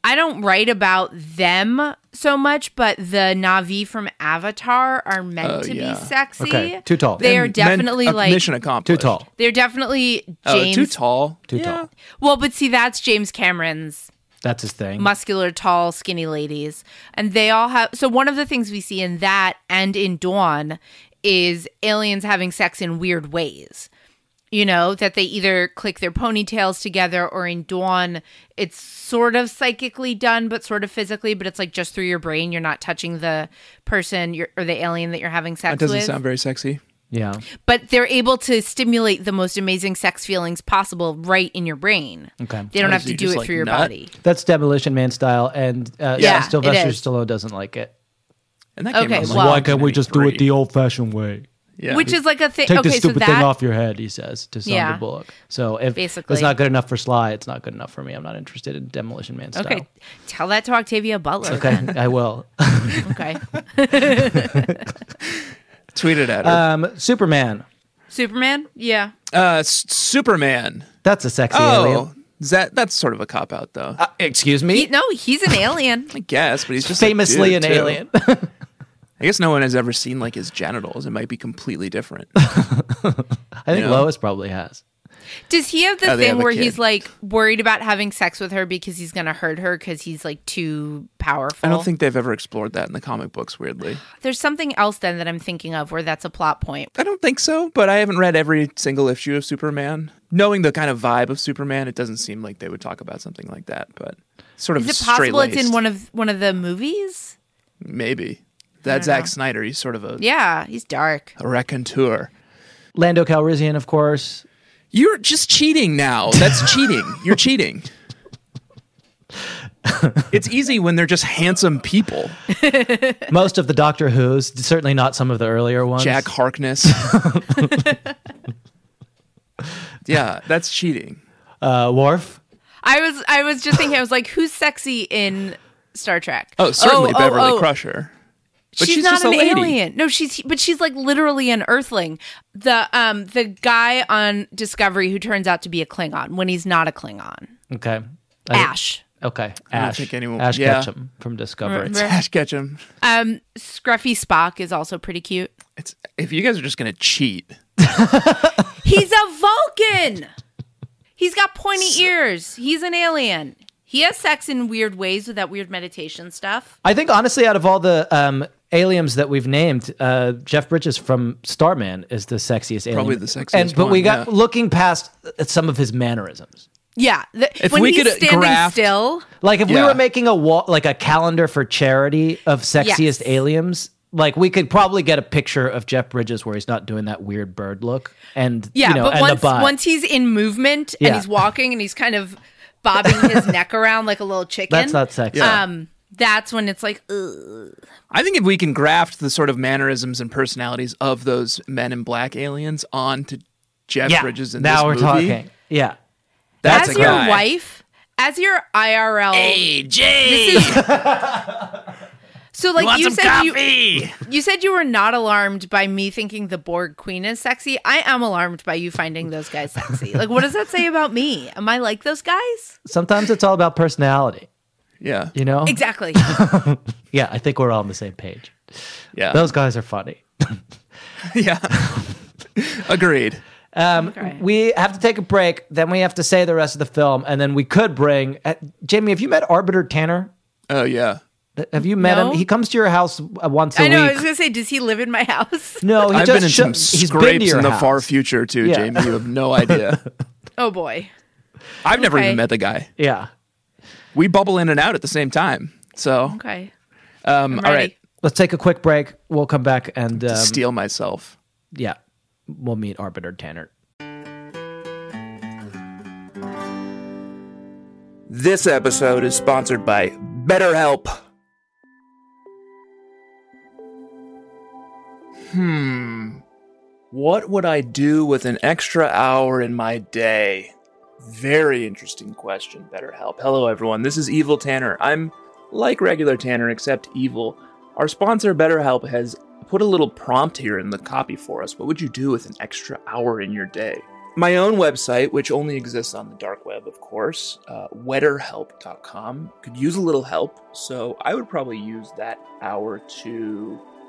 S4: I don't write about them so much, but the Navi from Avatar are meant
S3: Oh,
S4: to
S3: yeah.
S4: be sexy.
S2: Okay, too tall.
S4: They are
S3: And men-
S4: definitely
S3: uh,
S4: like
S3: mission
S2: too
S3: accomplished.
S2: tall.
S4: they're definitely
S3: Oh,
S4: James.
S3: too tall.
S2: Too
S3: Yeah.
S2: tall.
S4: Well, but see, that's James Cameron's
S2: That's his thing.
S4: muscular, tall, skinny ladies. And they all have. So, one of the things we see in that and in Dawn is aliens having sex in weird ways. You know, that they either click their ponytails together or in Dawn, it's sort of psychically done, but sort of physically, but it's like just through your brain. You're not touching the person you're, or the alien that you're having sex
S3: That doesn't
S4: with
S3: sound very sexy.
S2: yeah,
S4: but they're able to stimulate the most amazing sex feelings possible right in your brain.
S2: Okay.
S4: They don't
S3: Oh,
S4: have
S3: so
S4: to
S3: you
S4: do
S3: just,
S4: it
S3: like,
S4: through your
S3: nut?
S4: body.
S2: that's Demolition Man style, and uh,
S4: Yeah, it
S2: Sylvester
S4: is.
S2: Stallone doesn't like it.
S3: And that came
S4: Okay,
S3: out in, like,
S4: well- Why
S2: old-fashioned way?
S3: yeah.
S4: Which is like a thing.
S2: Take
S4: Okay,
S2: this
S4: so
S2: stupid
S4: that
S2: thing off your head, he says to Sandra
S4: Yeah.
S2: Bullock. So if
S4: Basically.
S2: it's not good enough for Sly, it's not good enough for me. I'm not interested in Demolition Man style.
S4: Okay, tell that to Octavia Butler.
S2: Okay,
S4: then.
S2: I will.
S4: okay.
S3: tweeted at her.
S2: Um, Superman.
S4: Superman. Yeah.
S3: Uh, S- Superman.
S2: That's a sexy
S3: Oh,
S2: alien.
S3: is that that's sort of a cop out though.
S2: Uh, excuse me.
S4: He- no, he's an alien.
S3: I guess, but he's just a
S2: Famously
S3: dude,
S2: an
S3: too.
S2: alien.
S3: I guess no one has ever seen like his genitals. It might be completely different.
S2: I think
S3: Yeah.
S2: Lois probably has.
S4: Does he have the
S3: Oh, they
S4: thing
S3: have a
S4: where
S3: kid.
S4: he's like worried about having sex with her because he's going to hurt her because he's like too powerful?
S3: I don't think they've ever explored that in the comic books. Weirdly,
S4: there's something else then that I'm thinking of where that's a plot point.
S3: I don't think so. But I haven't read every single issue of Superman. Knowing the kind of vibe of Superman, it doesn't seem like they would talk about something like that. But sort of
S4: Is it possible it's in
S3: straight-laced.
S4: one of one of the movies?
S3: Maybe that Zack Snyder. He's sort of a,
S4: Yeah, he's dark.
S3: a raconteur.
S2: Lando Calrissian, of course.
S3: You're just cheating now. That's cheating. You're cheating. it's easy when they're just handsome people.
S2: Most of the Doctor Who's, certainly not some of the earlier ones.
S3: Jack Harkness. yeah, that's cheating.
S2: uh, Worf.
S4: I was I was just thinking I was like, who's sexy in Star Trek?
S3: Oh, certainly
S4: oh,
S3: Beverly
S4: oh.
S3: Crusher. But
S4: she's,
S3: she's
S4: not
S3: just a
S4: an
S3: lady.
S4: alien. No, she's but she's like literally an Earthling. The um the guy on Discovery who turns out to be a Klingon when he's not a Klingon.
S2: Okay. I-
S4: Ash.
S2: Okay. Ash.
S3: think anyone-
S2: Ash
S3: yeah.
S2: Ketchum from Discovery.
S4: Remember?
S3: Ash Ketchum.
S4: Um, Scruffy Spock is also pretty cute.
S3: It's if you guys are just gonna cheat.
S4: He's a Vulcan. He's got pointy ears. He's an alien. He has sex in weird ways with that weird meditation stuff.
S2: I think honestly, out of all the um, aliens that we've named, uh, Jeff Bridges from Starman is the sexiest alien.
S3: Probably the sexiest
S2: And but we
S3: one,
S2: got
S3: yeah.
S2: looking past at some of his mannerisms.
S4: Yeah, the,
S3: If
S4: when
S3: we
S4: he's
S3: could
S4: standing
S3: graft-
S4: still.
S2: Like if we
S3: Yeah.
S2: were making a wall, like a calendar for charity of sexiest
S4: Yes.
S2: aliens, like we could probably get a picture of Jeff Bridges where he's not doing that weird bird look. And
S4: Yeah,
S2: you know,
S4: but
S2: and
S4: once
S2: the bot.
S4: once he's in movement
S2: Yeah.
S4: and he's walking and he's kind of bobbing his neck around like a little chicken.
S2: that's not sexy.
S3: Yeah.
S4: Um, that's when it's like, ugh.
S3: I think if we can graft the sort of mannerisms and personalities of those men in black aliens onto Jeff
S4: um,
S2: yeah.
S3: Bridges in
S2: now
S3: this
S2: we're
S3: movie,
S2: talking. Yeah.
S3: That's
S4: as
S3: a
S4: your
S3: guy.
S4: wife, as your IRL.
S3: Hey, Jay,
S4: so like
S3: want
S4: you
S3: some
S4: said, you
S3: coffee?
S4: you said you were not alarmed by me thinking the Borg Queen is sexy. I am alarmed by you finding those guys sexy. like, what does that say about me? Am I like those guys?
S2: Sometimes it's all about personality.
S3: Yeah,
S2: You know.
S4: Exactly.
S2: Yeah, I think we're all on the same page.
S3: yeah,
S2: Those guys are funny.
S3: yeah. Agreed.
S4: Okay.
S2: We have to take a break. Then we have to say the rest of the film, and then we could bring uh, Jamie. Have you met Arbiter Tanner?
S3: Oh yeah.
S2: Uh, Have you met
S4: No.
S2: him? He comes to your house uh, once a
S4: I know. I
S2: week.
S4: was gonna say, does he live in my house?
S2: no, he
S3: I've
S2: just
S3: been in
S2: sho-
S3: some
S2: he's been to
S3: scrapes
S2: your
S3: in the
S2: house.
S3: far future too,
S2: Yeah.
S3: Jamie. You have no idea.
S4: Oh boy.
S3: I've never
S4: Okay.
S3: even met the guy.
S2: Yeah,
S3: We bubble in and out at the same time. So,
S4: Okay.
S3: um,
S4: I'm
S3: all
S4: ready.
S3: right,
S2: let's take a quick break. We'll come back and um,
S3: steal myself.
S2: yeah, we'll meet Arbiter Tanner.
S7: This episode is sponsored by BetterHelp.
S3: hmm, what would I do with an extra hour in my day? Very interesting question, BetterHelp. Hello, everyone. This is Evil Tanner. I'm like regular Tanner, except evil. Our sponsor, BetterHelp, has put a little prompt here in the copy for us. What would you do with an extra hour in your day? My own website, which only exists on the dark web, of course, uh, wetterhelp.com, could use a little help. So I would probably use that hour to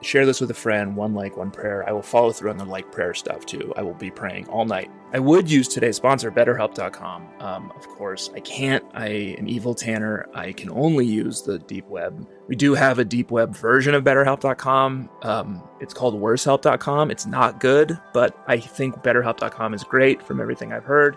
S3: Share this with a friend, one like, one prayer. I will follow through on the like prayer stuff too. I will be praying all night. I would use today's sponsor, BetterHelp.com. Um, of course, I can't. I am evil Tanner. I can only use the deep web. We do have a deep web version of BetterHelp.com. Um, it's called WorseHelp.com. It's not good, but I think BetterHelp.com is great from everything I've heard.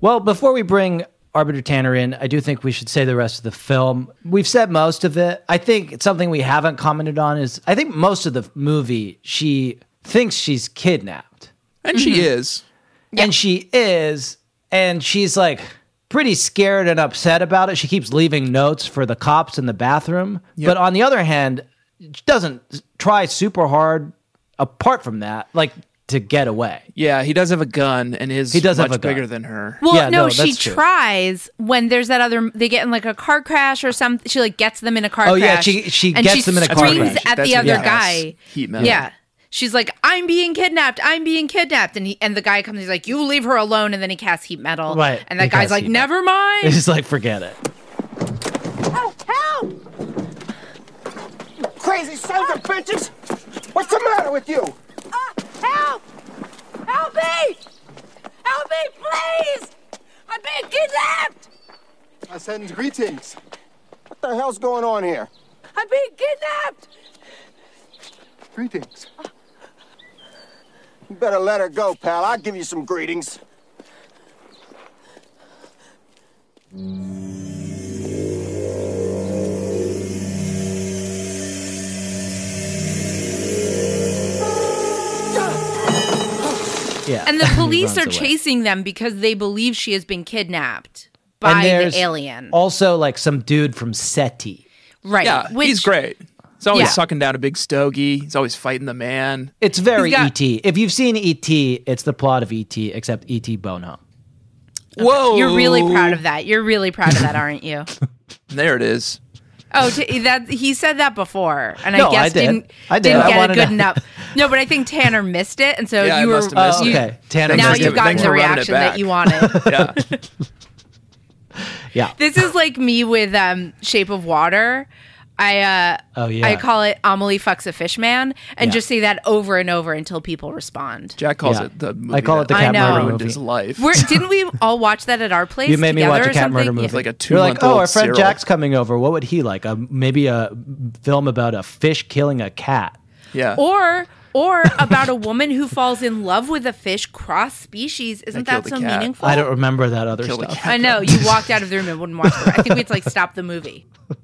S2: Well, before we bring Arbiter Tanner in, I do think we should say the rest of the film. We've said most of it. I think something we haven't commented on is I think most of the movie she thinks she's kidnapped.
S3: And she is.
S2: And she is, and she's like pretty scared and upset about it. She keeps leaving notes for the cops in the bathroom. But on the other hand, she doesn't try super hard apart from that, like to get away.
S3: Yeah, he does have a gun and is
S2: He does have
S3: much
S2: a gun.
S3: bigger than her.
S4: Well,
S2: Yeah,
S4: no,
S2: no,
S4: she
S2: that's true.
S4: tries when there's that other. They get in like a car crash or something. She like gets them in a car.
S2: Oh,
S4: crash,
S2: yeah, she- she
S4: and
S2: gets
S4: she
S2: them in a car
S4: screams
S2: crash.
S4: at
S3: That's
S4: the
S3: when
S4: other
S3: he has
S4: guy.
S3: Heat
S4: Yeah.
S3: metal.
S4: she's like, "I'm being kidnapped. I'm being kidnapped," and he and the guy comes. He's like, "You leave her alone," and then he casts heat metal.
S2: Right,
S4: and
S2: he
S4: that guy's
S2: casts
S4: like,
S2: heat metal.
S4: "Never mind."
S2: It's just like forget it.
S8: Oh, help!
S9: Crazy sons of bitches! What's the matter with you?
S8: Ah, help! Help me! Help me, please! I'm being kidnapped!
S9: I send greetings. What the hell's going on here?
S8: I'm being kidnapped!
S9: Greetings. You better let her go, pal. I'll give you some greetings.
S2: Yeah.
S4: And the
S2: He
S4: police
S2: runs
S4: are
S2: away.
S4: chasing them because they believe she has been kidnapped
S2: And
S4: by the
S2: there's
S4: alien.
S2: Also, like some dude from SETI.
S4: right?
S3: Yeah, he's great. He's always
S4: Yeah.
S3: sucking down a big stogie. He's always fighting the man.
S2: It's very
S4: He's got-
S2: E.T. If you've seen E.T., it's the plot of E.T., except E.T. Bono.
S3: Whoa.
S4: You're really
S3: Oh.
S4: proud of that. You're really proud of that, aren't you?
S3: There it is.
S4: Oh, t- that he said that before, and
S2: No,
S4: I
S2: I
S4: guess
S2: did.
S4: didn't
S2: I did.
S4: not
S2: I
S4: get
S2: wanted
S4: it good
S2: to-
S4: enough. No, but I think Tanner missed it, and so
S3: Yeah, I
S4: you were.
S3: must have missed
S2: Oh,
S3: it.
S4: you-
S2: okay. Tanner
S4: now
S2: missed
S4: you've
S2: it.
S4: gotten
S3: Thanks
S4: the
S3: for running it
S4: reaction that
S3: back.
S4: you wanted.
S3: Yeah.
S2: Yeah.
S4: this is like me with um, Shape of Water. I uh,
S2: Oh, yeah.
S4: I call it Amelie fucks a fish man, and
S2: Yeah.
S4: just say that over and over until people respond.
S3: Jack calls
S2: Yeah.
S3: it the
S2: I
S3: movie.
S2: call it
S3: that
S2: the
S4: cat murder
S3: ruined
S2: movie.
S3: his life.
S4: We're, didn't we all watch that at our place?
S2: You made me
S4: together
S2: watch a
S4: or
S2: cat
S4: something?
S2: murder
S4: Yeah.
S2: movie.
S3: like a
S2: You're like,
S3: two-month-old
S2: oh, our friend
S3: Cyril."
S2: Jack's coming over. What would he like? A, maybe a film about a fish killing a cat.
S3: yeah.
S4: or or about a woman who falls in love with a fish cross species. Isn't
S3: killed
S4: that
S3: a
S4: so
S3: cat.
S4: meaningful?
S2: I don't remember that other
S3: Kill the
S2: stuff.
S3: cat.
S4: I know you walked out of the room and wouldn't watch. The, I think we had to like stop the movie.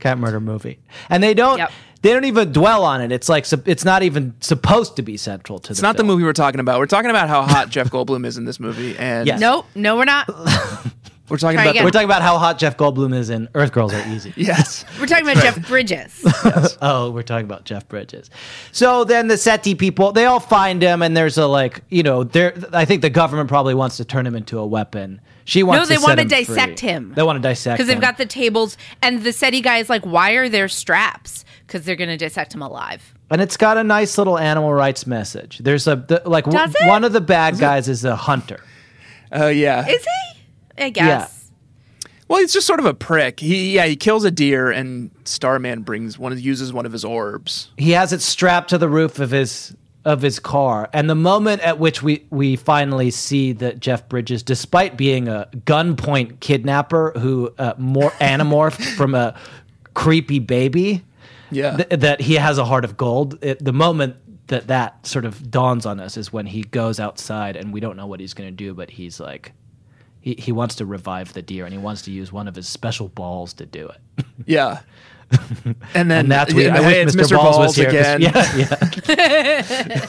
S2: Cat murder movie, and they don't.
S4: Yep.
S2: They don't even dwell on it. It's like sup- it's not even supposed to be central to.
S3: It's not the
S2: film.
S3: movie we're talking about. We're talking about how hot Jeff Goldblum is in this movie, and
S2: Yes.
S4: Nope, no, we're not.
S3: we're talking
S4: Try
S3: about
S4: again.
S2: We're talking about how hot Jeff Goldblum is in Earth Girls Are Easy.
S3: the, yes,
S4: We're talking about Jeff Bridges.
S2: Oh, we're talking about Jeff Bridges. So then the SETI people, they all find him, and there's a like, you know, there. I think the government probably wants to turn him into a weapon. She wants.
S4: No, they
S2: to set
S4: wanna
S2: him
S4: dissect
S2: free.
S4: him.
S2: They want to dissect
S4: Because they've
S2: him.
S4: got the tables, and the SETI guy is like, "Why are there straps? Because they're going to dissect him alive."
S2: And it's got a nice little animal rights message. There's a the, like w-
S4: Does it?
S2: one of the bad guys is a hunter.
S3: Oh yeah.
S4: Is he? I guess.
S3: well, he's just sort of a prick. He yeah, he kills a deer and Starman brings one uses one of his orbs.
S2: He has it strapped to the roof of his of his car. And the moment at which we we finally see that Jeff Bridges, despite being a gunpoint kidnapper who uh, more anamorphed from a creepy baby,
S3: Yeah.
S2: th- that he has a heart of gold. It, the moment that that sort of dawns on us is when he goes outside and we don't know what he's going to do, but he's like, he, he wants to revive the deer and he wants to use one of his special balls to do it.
S3: yeah. And then
S2: And that's where
S3: yeah,
S2: I
S3: hey,
S2: wish
S3: it's
S2: Mr. Balls, was here 'cause-
S3: again.
S2: Yeah, yeah.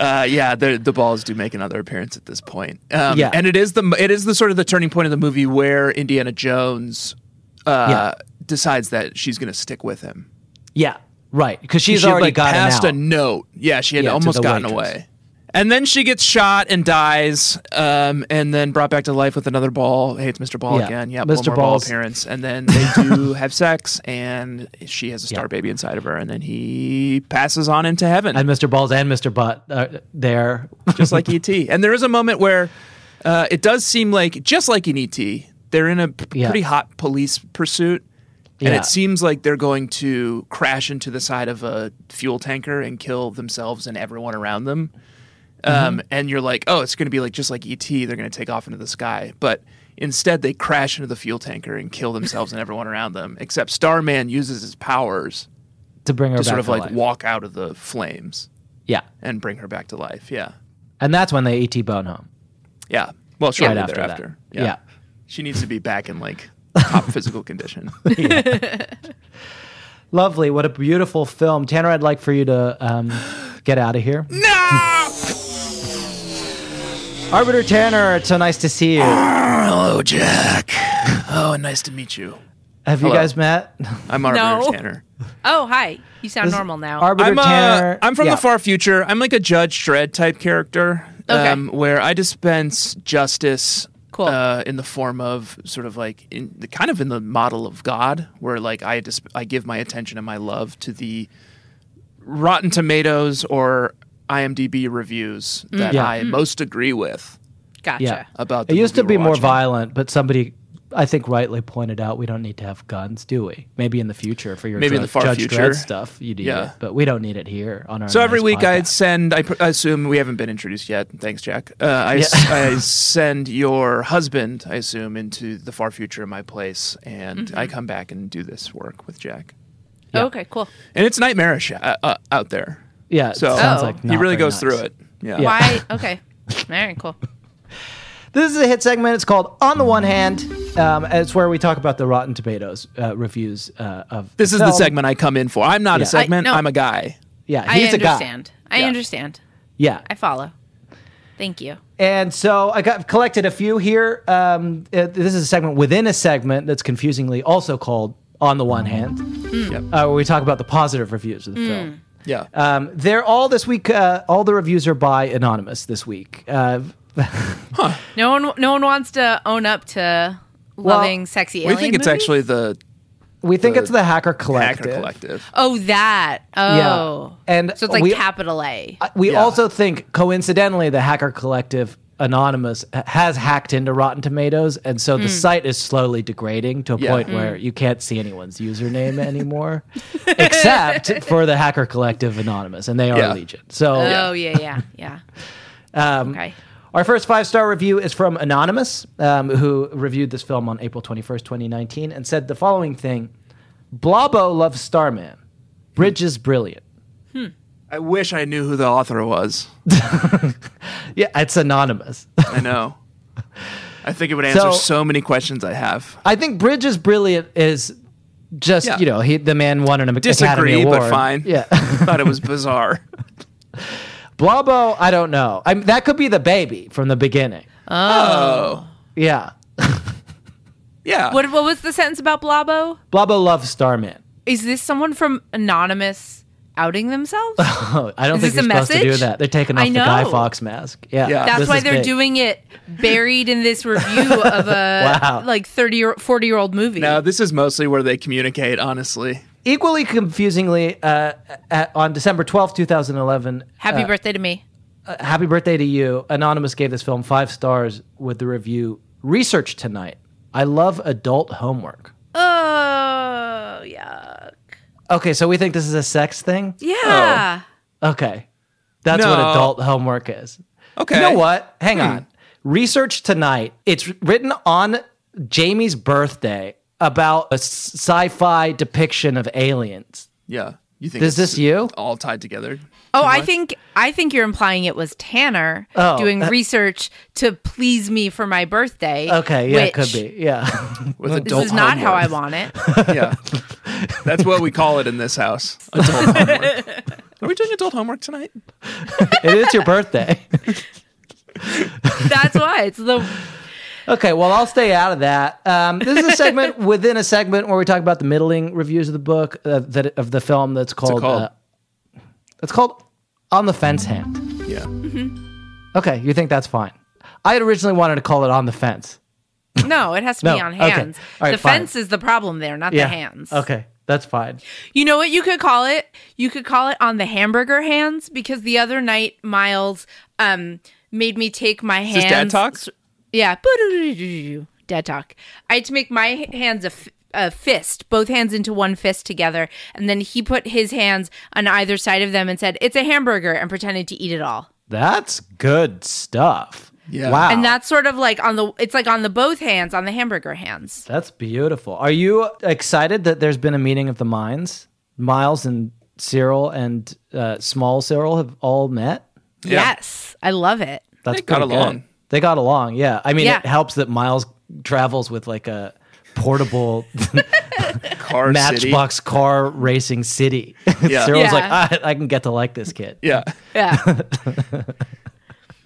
S3: Uh, yeah, the the balls do make another appearance at this point. Um,
S2: Yeah.
S3: and it is the it is the sort of the turning point of the movie where Indiana Jones uh,
S2: Yeah.
S3: decides that she's going to stick with him.
S2: yeah, right. Because she's
S3: she had,
S2: already
S3: like,
S2: gotten
S3: passed
S2: out.
S3: a note. Yeah, she had
S2: Yeah, to
S3: almost
S2: the
S3: gotten
S2: waitress.
S3: away. And then she gets shot and dies, um, and then brought back to life with another ball. Hey, it's Mr. Ball
S2: Yeah.
S3: again. Yeah,
S2: Mr.
S3: one more ball
S2: Balls.
S3: appearance. And then they do have sex, and she has a star
S2: Yeah.
S3: baby inside of her, and then he passes on into heaven.
S2: and Mr. Balls and Mr. Butt are there.
S3: just like ET. And there is a moment where uh, it does seem like, just like in ET, they're in a p-
S2: Yeah.
S3: pretty hot police pursuit. And
S2: Yeah.
S3: it seems like they're going to crash into the side of a fuel tanker and kill themselves and everyone around them. Um,
S2: Mm-hmm.
S3: And you're like, oh, it's going to be like just like ET. They're going to take off into the sky, but instead they crash into the fuel tanker and kill themselves and everyone around them. Except Starman uses his powers
S2: to bring her
S3: to
S2: back
S3: sort of
S2: to
S3: like
S2: life.
S3: walk out of the flames
S2: yeah,
S3: and bring her back to life. Yeah.
S2: and that's when they ET bone home.
S3: Yeah. Well, shortly
S2: Right after that.
S3: thereafter.
S2: Yeah.
S3: She needs to be back in like top physical condition.
S2: Lovely. What a beautiful film, Tanner. I'd like for you to um, get out of here.
S3: no!
S2: Arbiter Tanner, it's so nice to see you.
S3: Ah! Hello, Jack. Oh, and nice to meet you.
S2: Have you
S3: Hello.
S2: guys met?
S3: I'm Arbiter
S4: No.
S3: Tanner.
S4: Oh, hi. You sound normal now.
S2: Arbiter
S3: I'm, uh,
S2: Tanner.
S3: I'm from
S2: yeah.
S3: the far future. I'm like a Judge Dredd type character um,
S4: Okay.
S3: where I dispense justice
S4: Cool.
S3: uh, in the form of sort of like in, kind of in the model of God, where like I, disp- I give my attention and my love to the Rotten Tomatoes or IMDb reviews that
S2: Mm. Yeah.
S4: Mm.
S3: I most agree with.
S4: gotcha.
S2: Yeah.
S3: about the
S2: It used to
S3: movie
S2: be
S3: we're
S2: more
S3: watching.
S2: violent, but somebody, I think, rightly pointed out we don't need to have guns, do we? Maybe in the future for your
S3: Maybe in
S2: Dredd-
S3: the far
S2: Judge
S3: future.
S2: Dredd stuff, you need
S3: Yeah.
S2: it, but we don't need it here on our.
S3: So every
S2: nice
S3: week
S2: podcast.
S3: I'd send. I, pr- I assume we haven't been introduced yet. Thanks, Jack. Uh, I, s- I send your husband, I assume, into the far future of my place, and I
S4: Mm-hmm.
S3: come back and do this work with Jack.
S4: Okay, cool.
S3: And it's nightmarish uh, uh, out there.
S2: yeah. it
S3: So
S2: sounds
S4: Oh.
S2: like
S3: he
S2: not
S3: really
S2: very
S3: goes
S2: nice.
S3: through it. Yeah.
S4: Why? Okay. All right, cool.
S2: This is a hit segment. It's called On the One Hand. Um, it's where we talk about the Rotten Tomatoes uh, reviews uh, of.
S3: This is the
S2: film.
S3: segment I come in for. I'm not
S2: Yeah.
S3: a segment.
S4: I- no.
S3: I'm a guy.
S2: Yeah,
S4: I
S2: he's a guy.
S4: understand. I understand.
S2: Yeah,
S4: I follow. Thank you.
S2: And so I got collected a few here. Um, uh, this is a segment within a segment that's confusingly also called "On the One Hand,"
S4: Mm.
S3: Yep.
S2: uh, where we talk about the positive reviews of the film.
S3: Yeah.
S2: Um, they're all this week. Uh, all the reviews are by anonymous this week. Uh,
S4: No one no one wants to own up to loving sexy
S3: we
S4: alien
S3: think it's
S4: movies?
S3: actually the
S2: we think it's the Hacker Collective.
S3: Hacker Collective.
S4: Oh, that. Oh.
S2: and
S4: so it's like
S2: we-
S4: capital A.
S2: Uh, We
S3: Yeah.
S2: also think, coincidentally, the Hacker Collective Anonymous h- has hacked into Rotten Tomatoes, and so the site is slowly degrading to a
S3: Yeah.
S2: point where you can't see anyone's username anymore, except for the Hacker Collective Anonymous, and they are
S3: Yeah.
S2: legion. So
S4: Oh yeah, yeah, yeah.
S2: Um,
S4: okay.
S2: our first five star review is from Anonymous, um, who reviewed this film on April 21st, 2019, and said the following thing Blobbo loves Starman. Bridge is brilliant.
S3: I wish I knew who the author was.
S2: Yeah, it's anonymous.
S3: I know. I think it would answer
S2: So-
S3: so many questions I have.
S2: I think Bridge is brilliant is just
S3: Yeah.
S2: you know he the man won an Am- Academy
S3: disagree,
S2: Award.
S3: but fine.
S2: Yeah,
S3: thought it was bizarre.
S2: Blobbo. I don't know. I mean, that could be the baby from the beginning.
S3: Oh,
S2: Yeah,
S3: yeah.
S4: What what was the sentence about Blabo?
S2: Blobbo loves Starman.
S4: Is this someone from anonymous outing themselves?
S2: Oh, I don't
S4: Is
S2: think
S4: this
S2: you're
S4: a
S2: supposed to do
S4: message?
S2: that. They're taking
S4: I
S2: off the Guy
S4: know.
S2: Fox mask. Yeah,
S3: Yeah.
S4: That's
S2: this
S4: why
S2: is
S4: they're
S2: big.
S4: doing it buried in this review of a
S2: Wow.
S4: like 30 or 40 year old movie.
S3: no, this is mostly where they communicate, honestly.
S2: Equally confusingly, uh, at, on December twelfth, two 2011,
S4: Happy birthday to me.
S2: uh, happy birthday to you. Anonymous gave this film five stars with the review Research Tonight. I love adult homework.
S4: Oh, yuck.
S2: Okay, so we think this is a sex thing? Oh.
S4: Yeah.
S2: Okay. That's what
S3: No.
S2: adult homework is.
S3: Okay. Hmm.
S2: You know what? Hang on. Research tonight. It's written on Jamie's birthday about a s- sci-fi depiction of aliens.
S3: Yeah. You think
S2: Is
S3: it's
S2: this you?
S3: All tied together.
S4: Oh, I think I think you're implying it was Tanner
S2: Oh,
S4: doing
S2: uh,
S4: research to please me for my birthday.
S2: Okay, yeah, it could
S4: which-
S2: be. Yeah.
S3: With
S4: This
S3: adult
S4: is not how I
S3: homework.
S4: want it.
S3: Yeah. That's what we call it in this house. Adult homework. Are we doing adult homework tonight?
S2: it is your birthday.
S4: That's why it's the
S2: Okay, well, I'll stay out of that. Um, this is a segment within a segment where we talk about the middling reviews of the book uh, that of the film that's called.
S3: called?
S2: Uh, it's called On the Fence Hand.
S3: Yeah.
S4: Mm-hmm.
S2: Okay, you think that's fine? I had originally wanted to call it On the Fence.
S4: no. It has to
S2: No,
S4: be on
S2: okay.
S4: hands.
S2: All right,
S4: the
S2: fine.
S4: fence is the problem there, not the hands.
S2: Okay, that's fine.
S4: You know what you could call it? You could call it on the hamburger hands because the other night Miles um made me take my
S3: Is
S4: hands.
S3: this dad talk?
S4: Yeah. Dad talk. I had to make my h- hands a, f- a fist, both hands into one fist together, and then he put his hands on either side of them and said, "It's a hamburger," and pretended to eat it all.
S2: That's good stuff.
S3: Yeah.
S2: Wow.
S4: And that's sort of like on the. It's like on the both hands on the hamburger hands.
S2: that's beautiful. Are you excited that there's been a meeting of the minds? Miles and Cyril and uh, Small Cyril have all met.
S3: Yeah.
S4: Yes, I love it.
S2: That's
S3: They got
S2: pretty
S3: along.
S2: good. They got along. Yeah. I mean,
S4: Yeah.
S2: it helps that Miles travels with like a portable
S3: Car City.
S2: matchbox car racing city.
S3: Yeah.
S2: Cyril's
S4: Yeah.
S2: like, I, I can get to like this kid.
S3: Yeah.
S4: Yeah.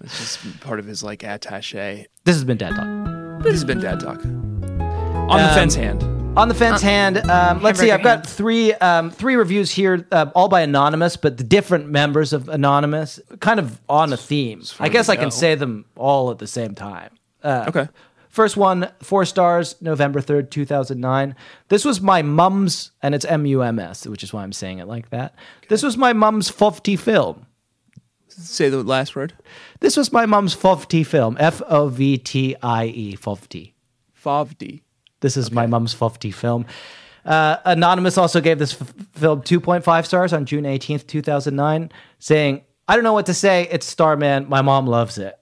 S3: It's just part of his like attache.
S2: This has been Dad Talk.
S3: This has been dad talk. On
S2: Um,
S3: the fence hand.
S2: On the fence hand, um, let's see. I've
S4: hamburger
S2: got three um, three reviews here, uh, all by Anonymous, but the different members of Anonymous, kind of on a theme. I guess
S3: we
S2: I can
S3: know.
S2: say them all at the same time. uh,
S3: okay.
S2: First one, four stars, November 3rd, 2009. This was my mum's, and it's M U M S, which is why I'm saying it like that. This was my mum's 50 film.
S3: Say the last word.
S2: This was my mum's 50 film. F O V T I E, 50.
S3: Favdi.
S2: This is my mum's 50 film. Uh, Anonymous also gave this f- film 2.5 stars on June 18th, 2009, saying, I don't know what to say. It's Starman. My mom loves it.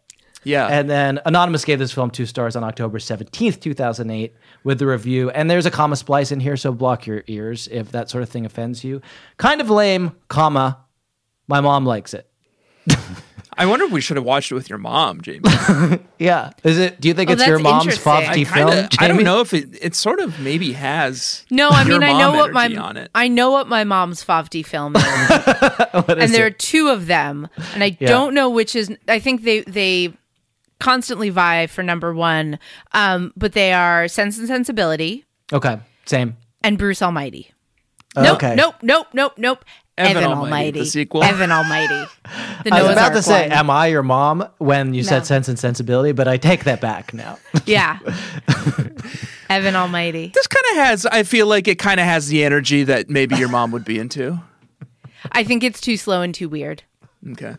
S3: Yeah.
S2: And then Anonymous gave this film two stars on October 17th, 2008, with the review. And there's a comma splice in here, so block your ears if that sort of thing offends you. Kind of lame, comma. My mom likes it.
S3: I wonder if we should have watched it with your mom, Jamie.
S2: Yeah. Is it? Do you think
S4: Oh,
S2: it's your
S4: that's
S2: mom's
S4: interesting. I
S2: fofty
S3: I
S2: film?
S3: kind of. I
S2: Jamie?
S3: don't know if it. It sort of maybe has.
S4: No, I
S3: your
S4: mean I
S3: mom
S4: know what my
S3: energy on it.
S4: I know what my mom's Favdi film is,
S2: What is
S4: and there are
S2: it?
S4: two of them, and I don't know which is. I think they they constantly vie for number one, um, but they are Sense and Sensibility
S2: Okay. Same.
S4: and Bruce Almighty. Nope,
S2: okay.
S4: nope, nope, nope, nope.
S3: Evan
S4: Evan,
S3: Almighty,
S4: Almighty,
S3: the sequel.
S4: Evan Almighty. The
S2: I was
S4: Noah's
S2: about to
S4: Ark
S2: say,
S4: one.
S2: "Am I your mom?" when you
S4: No.
S2: said Sense and Sensibility, but I take that back now.
S4: yeah, Evan Almighty.
S3: This kind of has. I feel like it kind of has the energy that maybe your mom would be into.
S4: I think it's too slow and too weird.
S3: Okay.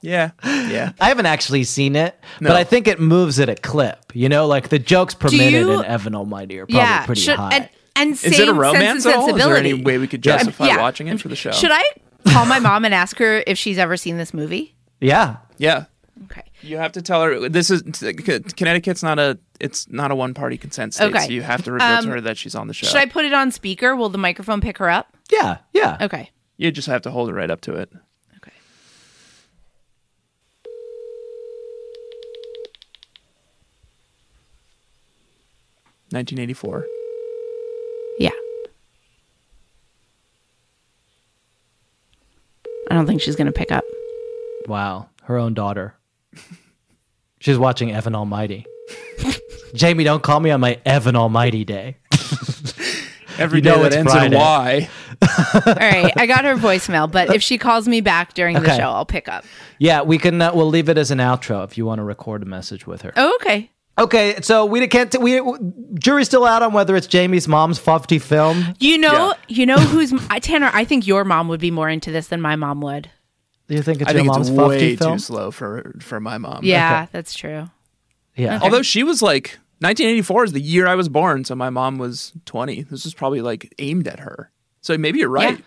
S3: Yeah. Yeah.
S2: I haven't actually seen it,
S3: No.
S2: but I think it moves at a clip. You know, like the jokes per minute
S4: you-
S2: in Evan Almighty are probably
S4: yeah,
S2: pretty
S4: should-
S2: high.
S4: and and same
S3: Is it a romance
S4: sense
S3: at
S4: and
S3: all? Is there
S4: sensibility.
S3: any way we could
S2: Yeah.
S3: justify
S4: Yeah.
S3: watching it for the show?
S4: Should I call my mom and ask her if she's ever seen this movie?
S2: yeah,
S3: Yeah.
S4: Okay.
S3: You have to tell her this is Connecticut's not a it's not a one party consent state.
S4: Okay.
S3: So you have to reveal
S4: Um,
S3: to her that she's on the show.
S4: Should I put it on speaker? Will the microphone pick her up?
S2: yeah, yeah.
S4: Okay.
S3: You just have to hold it right up to it.
S4: Okay.
S3: Nineteen eighty four.
S4: Yeah. I don't think she's going to pick up.
S2: Wow, her own daughter. She's watching Evan Almighty. Jamie, don't call me on my Evan Almighty day.
S3: Every
S2: You
S3: day
S2: know
S3: that
S2: it's
S3: ends in
S2: Friday.
S3: Y.
S4: All right. I got her voicemail, but if she calls me back during the
S2: Okay.
S4: show, I'll pick up.
S2: Yeah, we can. Uh, we'll leave it as an outro if you want to record a message with her.
S4: Oh, okay.
S2: Okay, so we can't. We jury's still out on whether it's Jamie's mom's faulty film.
S4: You know,
S3: Yeah.
S4: you know who's I- Tanner. I think your mom would be more into this than my mom would.
S2: Do you think it's
S3: I
S2: your
S3: think
S2: mom's
S3: it's
S2: faulty
S3: way
S2: film?
S3: too slow for for my mom.
S4: Yeah, that's true.
S2: Yeah.
S3: Although she was like 1984 is the year I was born, so my mom was 20. This was probably like aimed at her. So maybe you're right.
S4: Yeah.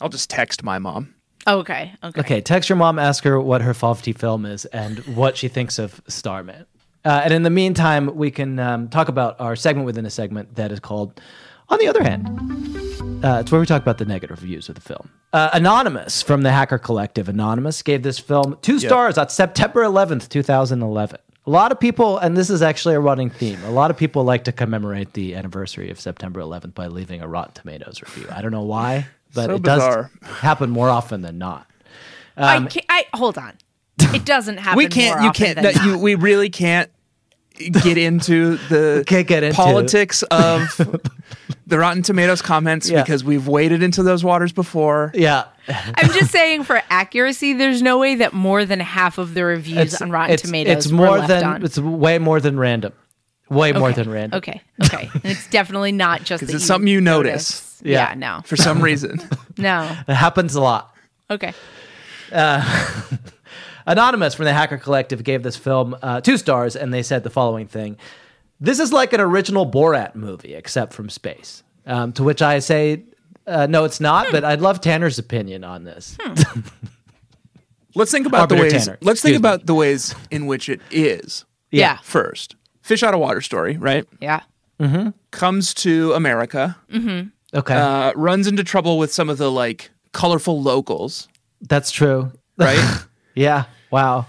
S3: I'll just text my mom.
S4: Okay, okay.
S2: Okay, text your mom, ask her what her faulty film is and what she thinks of Starman. Uh, and in the meantime, we can um, talk about our segment within a segment that is called On the Other Hand. Uh, it's where we talk about the negative reviews of the film. Uh, Anonymous from the Hacker Collective, Anonymous gave this film two stars on September 11th, 2011. A lot of people, and this is actually a running theme, a lot of people like to commemorate the anniversary of September 11th by leaving a Rotten Tomatoes review. I don't know why, but
S3: So
S2: it
S3: bizarre.
S2: does happen more often than not.
S4: I can't, I hold on. It doesn't happen.
S3: we can't.
S4: more
S3: You
S4: often
S3: can't.
S4: than
S3: That
S4: not.
S3: you. We really can't get into the
S2: can't get into-
S3: politics of the Rotten Tomatoes comments
S2: Yeah.
S3: because we've waded into those waters before.
S2: Yeah.
S4: I'm just saying for accuracy, there's no way that more than half of the reviews on Rotten
S2: it's,
S4: Tomatoes
S2: It's
S4: were
S2: more
S4: left
S2: than
S4: on.
S2: it's way more than random. Way more than random.
S4: Okay, okay. And it's definitely not just that
S3: it's something you notice.
S4: Yeah.
S2: Yeah.
S4: no,
S3: For some reason,
S4: no.
S2: It happens a lot.
S4: Okay.
S2: Anonymous from the Hacker Collective gave this film uh, two stars, and they said the following thing This is like an original Borat movie, except from space. Um, to which I say, uh, no, it's not, but I'd love Tanner's opinion on this.
S4: Hmm.
S3: let's think about the
S2: Arbiter
S3: ways.
S2: Tanner,
S3: Let's think
S2: excuse me.
S3: about the ways in which it is
S4: Yeah.
S3: first. Fish out of water story, right?
S4: Yeah.
S3: Comes to America,
S2: Okay.
S3: uh, runs into trouble with some of the like colorful locals,
S2: That's true.
S3: right?
S2: Yeah. Wow.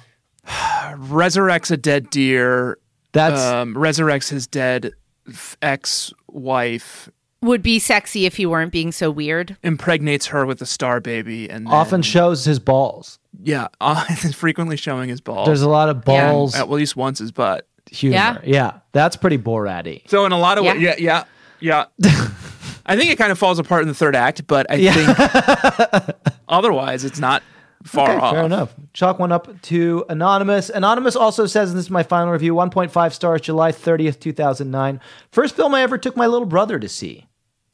S3: resurrects a dead deer,
S2: That's
S3: um, resurrects his dead f- ex-wife,
S4: Would be sexy if you weren't being so weird.
S3: impregnates her with a star baby, and then-
S2: often shows his balls.
S3: yeah, uh, frequently showing his balls.
S2: There's a lot of
S4: Yeah.
S2: balls
S3: at least once his butt.
S2: humor.
S4: Yeah.
S2: yeah. That's pretty Borat
S3: So in a lot of
S4: Yeah.
S3: ways, yeah, yeah, yeah. I think it kind of falls apart in the third act, but I think otherwise it's not far
S2: Okay,
S3: off.
S2: fair enough. Chalk one up to Anonymous. Anonymous also says, and this is my final review 1.5 stars, July 30th, 2009. First film I ever took my little brother to see.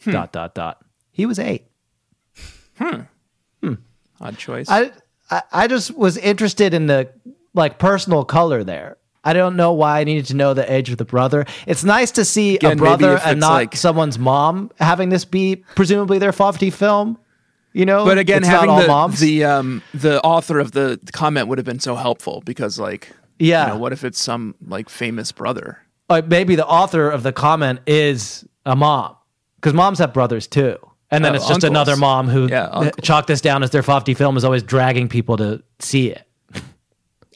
S3: Hmm.
S2: Dot, dot, dot. He was eight.
S3: Odd choice.
S2: I, I, I just was interested in the like personal color there. I don't know why I needed to know the age of the brother. It's nice to see a
S3: Again, maybe
S2: brother
S3: if
S2: and
S3: it's
S2: not
S3: like-
S2: someone's mom having this be presumably their Fofty film. You know,
S3: but again,
S2: It's not
S3: having
S2: all
S3: the
S2: moms.
S3: the um the author of the comment would have been so helpful because like
S2: Yeah.
S3: you know, what if it's some like famous brother?
S2: or maybe the author of the comment is a mom because moms have brothers too and then
S3: Oh,
S2: it's just
S3: uncles.
S2: another mom who
S3: Yeah,
S2: uh,
S3: uncle.
S2: chalked this down as their fofty film is always dragging people to see it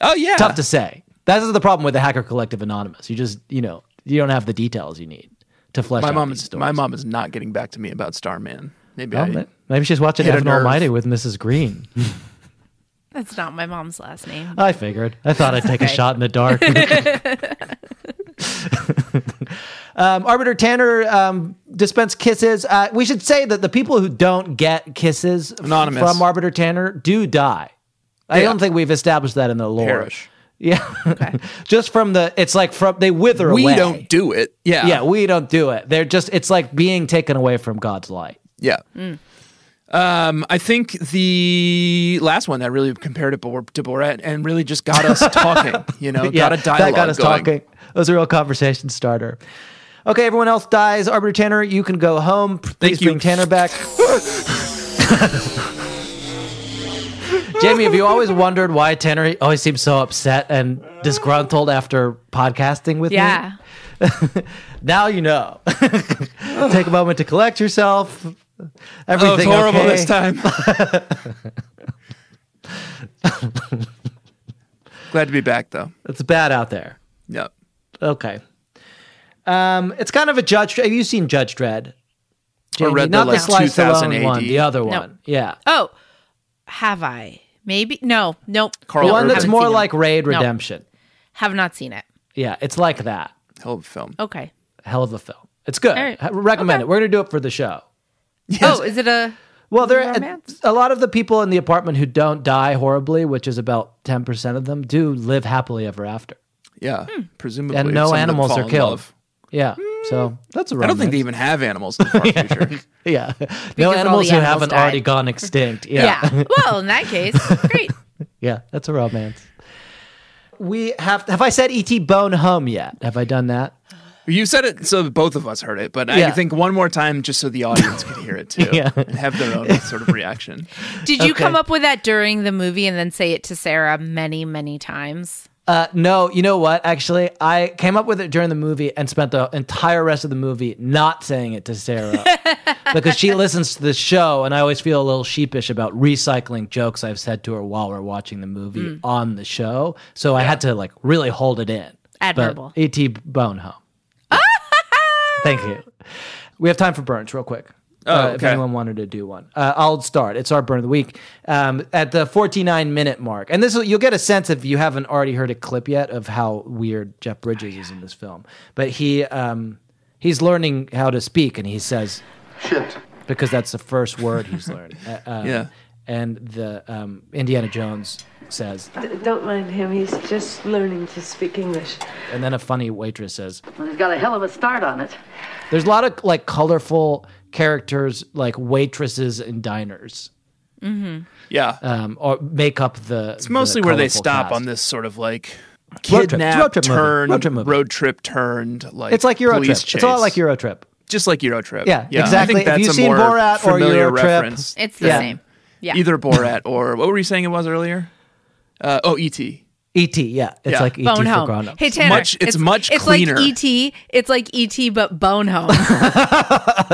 S3: Oh yeah,
S2: tough to say that's the problem with the hacker collective anonymous you just you know you don't have the details you need to flesh
S3: my
S2: out
S3: mom
S2: these
S3: is
S2: stories.
S3: my mom is not getting back to me about Starman. Maybe
S2: Oh,
S3: I,
S2: ma- maybe she's watching
S3: hit a
S2: Evan
S3: nerve.
S2: Almighty with Mrs. Green.
S4: That's not my mom's last name.
S2: I figured. I thought I'd take a
S4: Okay.
S2: shot in the dark. um, Arbiter Tanner um, dispense kisses. Uh, we should say that the people who don't get kisses f-
S3: Anonymous.
S2: from Arbiter Tanner do die. I
S3: Yeah.
S2: don't think we've established that in the lore.
S3: perish.
S2: Yeah, just from the it's like from they wither
S3: We
S2: away.
S3: don't do it. Yeah,
S2: Yeah, we don't do it. They're just it's like being taken away from God's light.
S3: Yeah. Um, I think the last one that really compared it Bor- to Borat and really just got us talking, you know,
S2: yeah,
S3: got a
S2: that
S3: dialogue
S2: got us
S3: going.
S2: talking. It was a real conversation starter. Okay, everyone else dies. Arbiter Tanner, you can go home. Please
S3: you.
S2: bring Tanner back. Jamie, have you always wondered why Tanner always seems so upset and disgruntled after podcasting with
S4: Yeah.
S2: me? now you know. Take a moment to collect yourself.
S3: Oh, it's
S2: Everything
S3: horrible
S2: okay?
S3: this time. Glad to be back though.
S2: It's bad out there.
S3: Yep.
S2: Okay. Um, it's kind of a Judge. Have you seen Judge Dredd? Jamie,
S3: read the,
S2: not
S3: like,
S2: the Slice
S3: 2000
S2: Alone one,
S3: AD.
S2: the other one. Yeah,
S4: Oh, have I? Maybe no, nope.
S3: Carl
S2: the
S4: Nope,
S2: one that's
S4: haven't
S2: more
S4: seen it.
S2: like Raid
S4: No.
S2: Redemption.
S4: Have not seen it.
S2: Yeah, it's like that.
S3: Hell of a film.
S4: Okay.
S2: Hell of a film. It's good.
S4: All right.
S2: I recommend
S4: Okay.
S2: it. We're gonna do it for the show.
S4: Oh, is it a?
S2: Well, there a,
S4: romance?
S2: a lot of the people in the apartment who don't die horribly, which is about ten percent of them, do live happily ever after.
S3: Yeah, presumably.
S2: Hmm. And
S3: if
S2: no
S3: someone would
S2: animals
S3: fall
S2: are
S3: in
S2: killed.
S3: love. Mm.
S2: Yeah. So that's a
S3: I don't think
S2: romance.
S3: they even have animals in the far future.
S2: Yeah.
S4: all
S2: no
S4: the
S2: animals who
S4: animals
S2: haven't
S4: died.
S2: already gone extinct.
S4: Yeah.
S2: Yeah.
S4: Well, in that case, great.
S2: yeah. That's a romance. We have have I said E.T. Bone Home yet? Have I done that?
S3: You said it so both of us heard it, but I
S2: Yeah.
S3: think one more time just so the audience could hear it too
S2: Yeah.
S3: and have their own sort of reaction.
S4: Did you come
S2: Okay.
S4: up with that during the movie and then say it to Sarah many, many times?
S2: Uh, no, you know what? Actually, I came up with it during the movie and spent the entire rest of the movie not saying it to Sarah because she listens to the show, and I always feel a little sheepish about recycling jokes I've said to her while we're watching the movie on the show. So I had to like really hold it in.
S4: Admirable.
S2: But E.T. Bone Home. Thank you. We have time for burns, real quick. uh, If
S3: Oh, okay.
S2: anyone wanted to do one, uh, I'll start. It's our burn of the week um, at the 49 minute mark, and this will, you'll get a sense if you haven't already heard a clip yet of how weird Jeff Bridges is in this film. But he um, he's learning how to speak, and he says
S5: Shit.
S2: because that's the first word he's learned. Uh, uh,
S3: Yeah.
S2: And the um, Indiana Jones says,
S6: Don't mind him. He's just learning to speak English.
S2: and then a funny waitress says,
S10: Well, he's got a hell of a start on it.
S2: There's a lot of like colorful characters, like waitresses and diners,
S3: Yeah.
S2: um, or make up the.
S3: it's mostly where they stop on this sort of like
S2: Road trip.
S3: kidnap
S2: Road trip movie.
S3: turned
S2: Road trip movie.
S3: turned like
S2: It's like Euro Trip.
S3: police
S2: It's a lot
S3: chase.
S2: like Euro Trip.
S3: just like Euro Trip.
S2: Yeah,
S3: I
S2: exactly.
S3: think
S2: If
S3: that's
S2: you've
S3: a
S2: seen
S3: more
S2: Borat or
S3: familiar
S2: Euro Trip,
S3: reference.
S4: It's the
S2: Yeah.
S4: same. Yeah.
S3: Either Borat or what were you saying it was earlier? Uh, oh, E.T.
S2: ET, E yeah, it's
S3: Yeah.
S2: like ET
S4: Bone
S2: for
S4: home.
S2: grown-ups.
S4: Hey Tanner,
S3: Much- it's much
S4: it's
S3: cleaner.
S4: like ET. It's like ET, but bone home.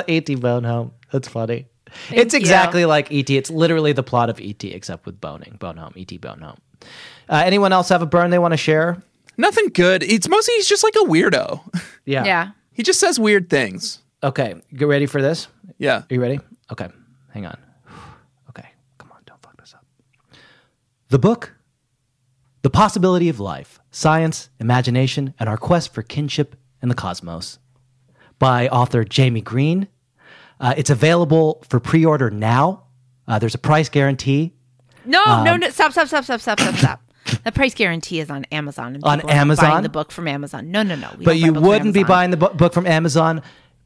S2: ET Bone Home. E That's funny. it's exactly like ET. It's literally the plot of ET, except with boning. Bone Home. ET Bone Home. Uh, anyone else have a burn they want to share?
S3: Nothing good. It's mostly he's just like a weirdo.
S2: Yeah.
S4: yeah.
S3: he just says weird things.
S2: Okay. Get ready for this.
S3: Yeah.
S2: Are you ready? Okay. Hang on. Okay. Come on. Don't fuck this up. The book The Possibility of Life Science, Imagination, and Our Quest for Kinship in the Cosmos by author Jamie Green. Uh, it's available for pre order now. Uh, there's a price guarantee
S4: No, no,
S2: Um,
S4: no. Stop, stop, stop, stop, stop, stop, stop. The price guarantee is on Amazon. and
S2: On
S4: people are buying
S2: Amazon?
S4: the book from Amazon. No, no, no. We
S2: but
S4: don't buy
S2: you
S4: books from
S2: wouldn't be
S4: Amazon.
S2: buying the bu- book from Amazon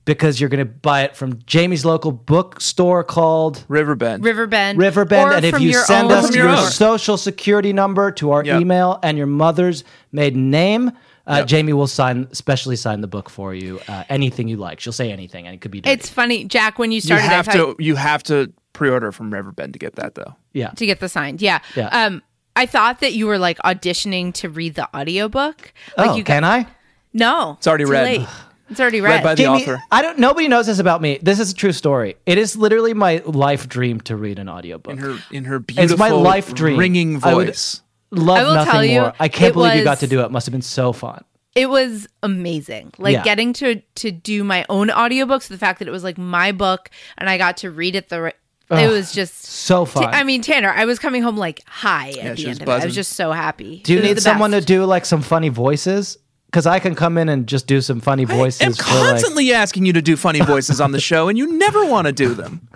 S2: because you're going to buy it from Jamie's local bookstore called
S3: Riverbend.
S4: Riverbend.
S2: Riverbend.
S4: or
S2: And if
S4: from
S2: you
S4: your
S2: send
S4: own-
S2: us
S3: From
S2: your,
S3: your own.
S2: social security number to our
S3: Yep.
S2: email and your mother's maiden name, uh, Jamie will sign, specially sign the book for you. Uh, anything you like, she'll say anything, and it could be. dirty.
S4: it's funny, Jack. When you
S3: you
S4: started, I
S3: have to
S4: thought-
S3: you have to pre-order from Riverbend to get that though.
S2: yeah,
S4: to get the signed. Yeah.
S2: Yeah.
S4: Um, I thought that you were like auditioning to read the audiobook. Like
S2: oh,
S4: you
S2: can I?
S4: No. It's
S3: already
S4: too
S3: read.
S4: late. It's already read.
S3: Read by the
S2: Jamie,
S3: author.
S2: I don't. Nobody knows this about me. This is a true story. It is literally my life dream to read an audiobook.
S3: In her in her beautiful
S2: It's my life dream.
S3: ringing
S2: I would-
S3: voice.
S2: Love
S4: I will
S2: nothing
S4: tell you,
S2: more. I can't
S4: it
S2: believe you
S4: was-
S2: got to do it. Must have been so fun.
S4: it was amazing like
S2: Yeah.
S4: getting to to do my own audiobooks the fact that it was like my book and i got to read it the right it was just
S2: So fun.
S4: I mean tanner i was coming home like high at
S3: she
S4: the
S3: was
S4: end of it i
S3: buzzing.
S4: was just so happy
S2: do you
S4: It was
S2: need
S4: the
S2: someone
S4: best.
S2: to do like some funny voices? Because I can come in and just do some funny voices.
S3: I'm
S2: for,
S3: constantly asking you to do funny voices on the show, and you never want to do them.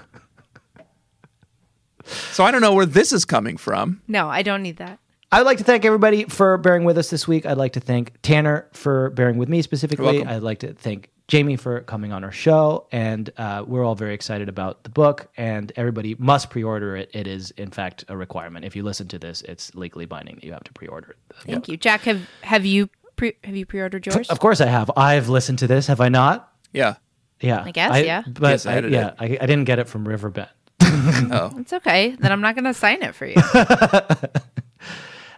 S3: So I don't know where this is coming from.
S4: no i don't need that
S2: I would like to thank everybody for bearing with us this week. I'd like to thank Tanner for bearing with me specifically. I'd like to thank Jamie for coming on our show, and uh, we're all very excited about the book. And everybody must pre-order it. It is, in fact, a requirement. If you listen to this, it's legally binding that you have to pre-order it.
S4: thank you jack have have you pre have you pre-ordered yours
S2: Of course, I have. I've listened to this. Have I not?
S3: Yeah.
S2: Yeah,
S4: I guess, yeah.
S2: But
S3: Yes, I
S2: I-
S3: edited
S2: yeah,
S3: it.
S2: I, I didn't get it from Riverbend.
S4: it's okay then i'm not gonna sign it for you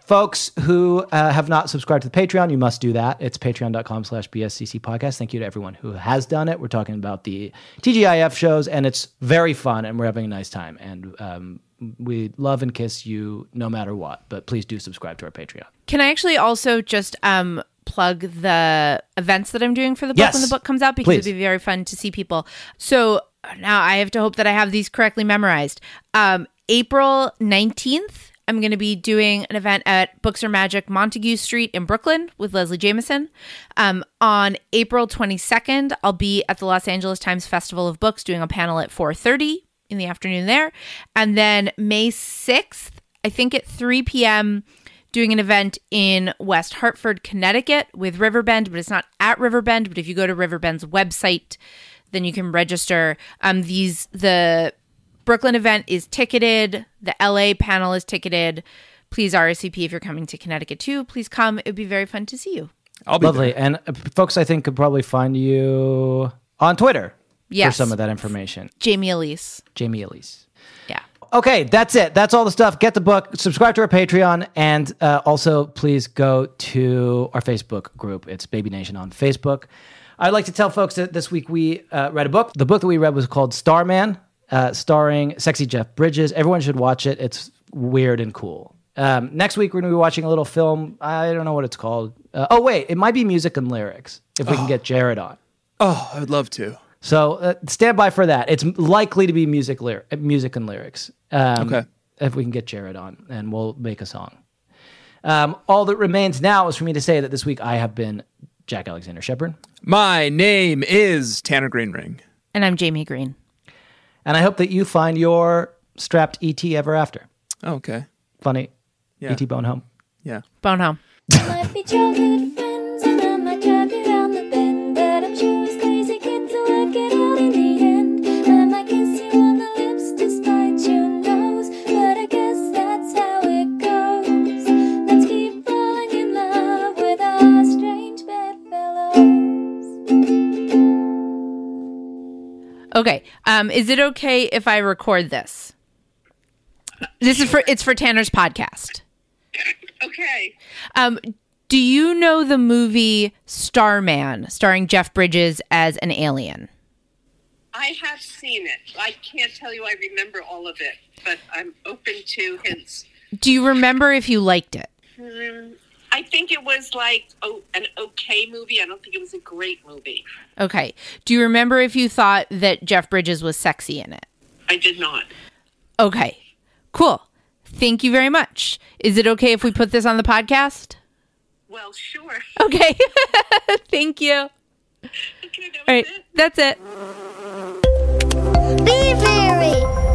S2: folks who uh, have not subscribed to the patreon you must do that it's patreon.com slash bscc podcast thank you to everyone who has done it we're talking about the tgif shows and it's very fun and we're having a nice time and um, we love and kiss you no matter what but please do subscribe to our patreon
S4: Can I actually also just um plug the events that I'm doing for the book
S2: Yes.
S4: when the book comes out because
S2: Please.
S4: it'd be very fun to see people. So now I have to hope that I have these correctly memorized. Um April 19th I'm going to be doing an event at Books Are Magic Montague Street in Brooklyn with Leslie Jameson. Um, on April 22nd, I'll be at the Los Angeles Times Festival of Books doing a panel at 4:30 in the afternoon there. And then May 6th, I think at 3 p.m. doing an event in West Hartford, Connecticut with Riverbend, but it's not at Riverbend. But if you go to Riverbend's website, then you can register. Um, these the Brooklyn event is ticketed. The LA panel is ticketed. Please RSVP if you're coming to Connecticut too. Please come. It would be very fun to see you.
S3: I'll be
S2: Lovely. And uh, folks, I think could probably find you on Twitter for
S4: Yes.
S2: some of that information.
S4: Jamie Elise.
S2: Jamie Elise.
S4: Yeah.
S2: Okay, that's it. That's all the stuff. Get the book, subscribe to our Patreon, and uh, also please go to our Facebook group. It's Baby Nation on Facebook. I'd like to tell folks that this week we uh, read a book. The book that we read was called Starman, uh, starring sexy Jeff Bridges. Everyone should watch it. It's weird and cool. Um, next week, we're going to be watching a little film. I don't know what it's called. Uh, oh, wait, it might be music and lyrics if we can get Jared on.
S3: Oh, I would love to.
S2: So uh, stand by for that. It's likely to be music, lyr- uh, music and lyrics. Um,
S3: Okay.
S2: If we can get Jared on, and we'll make a song. Um, all that remains now is for me to say that this week I have been Jack Alexander Shepard,
S3: My name is Tanner Greenring.
S4: And I'm Jamie Green.
S2: and I hope that you find your strapped ET ever after.
S3: Oh, okay.
S2: Funny,
S3: Yeah.
S2: ET Bone Home.
S3: Yeah.
S4: Bone home.
S1: Might be childhood friends, and I might drive you round the bend. But I'm sure it's crazy kids will work it out in the end. I might kiss you on the lips despite your nose. But I guess that's how it goes. Let's keep falling in love with our strange bedfellows.
S4: Okay. Um, is it okay if I record this? This is for it's for Tanner's podcast.
S11: Okay.
S4: Um, do you know the movie Starman, starring Jeff Bridges as an alien?
S11: I have seen it. I can't tell you I remember all of it, but I'm open to hints.
S4: Do you remember if you liked it?
S11: Hmm, I think it was like oh, an okay movie. I don't think it was a great movie.
S4: Okay. Do you remember if you thought that Jeff Bridges was sexy in it?
S11: I did not.
S4: Okay. Cool. Thank you very much. Is it okay if we put this on the podcast?
S11: Well, sure.
S4: Okay. Thank you. All right. That's it.
S8: Be very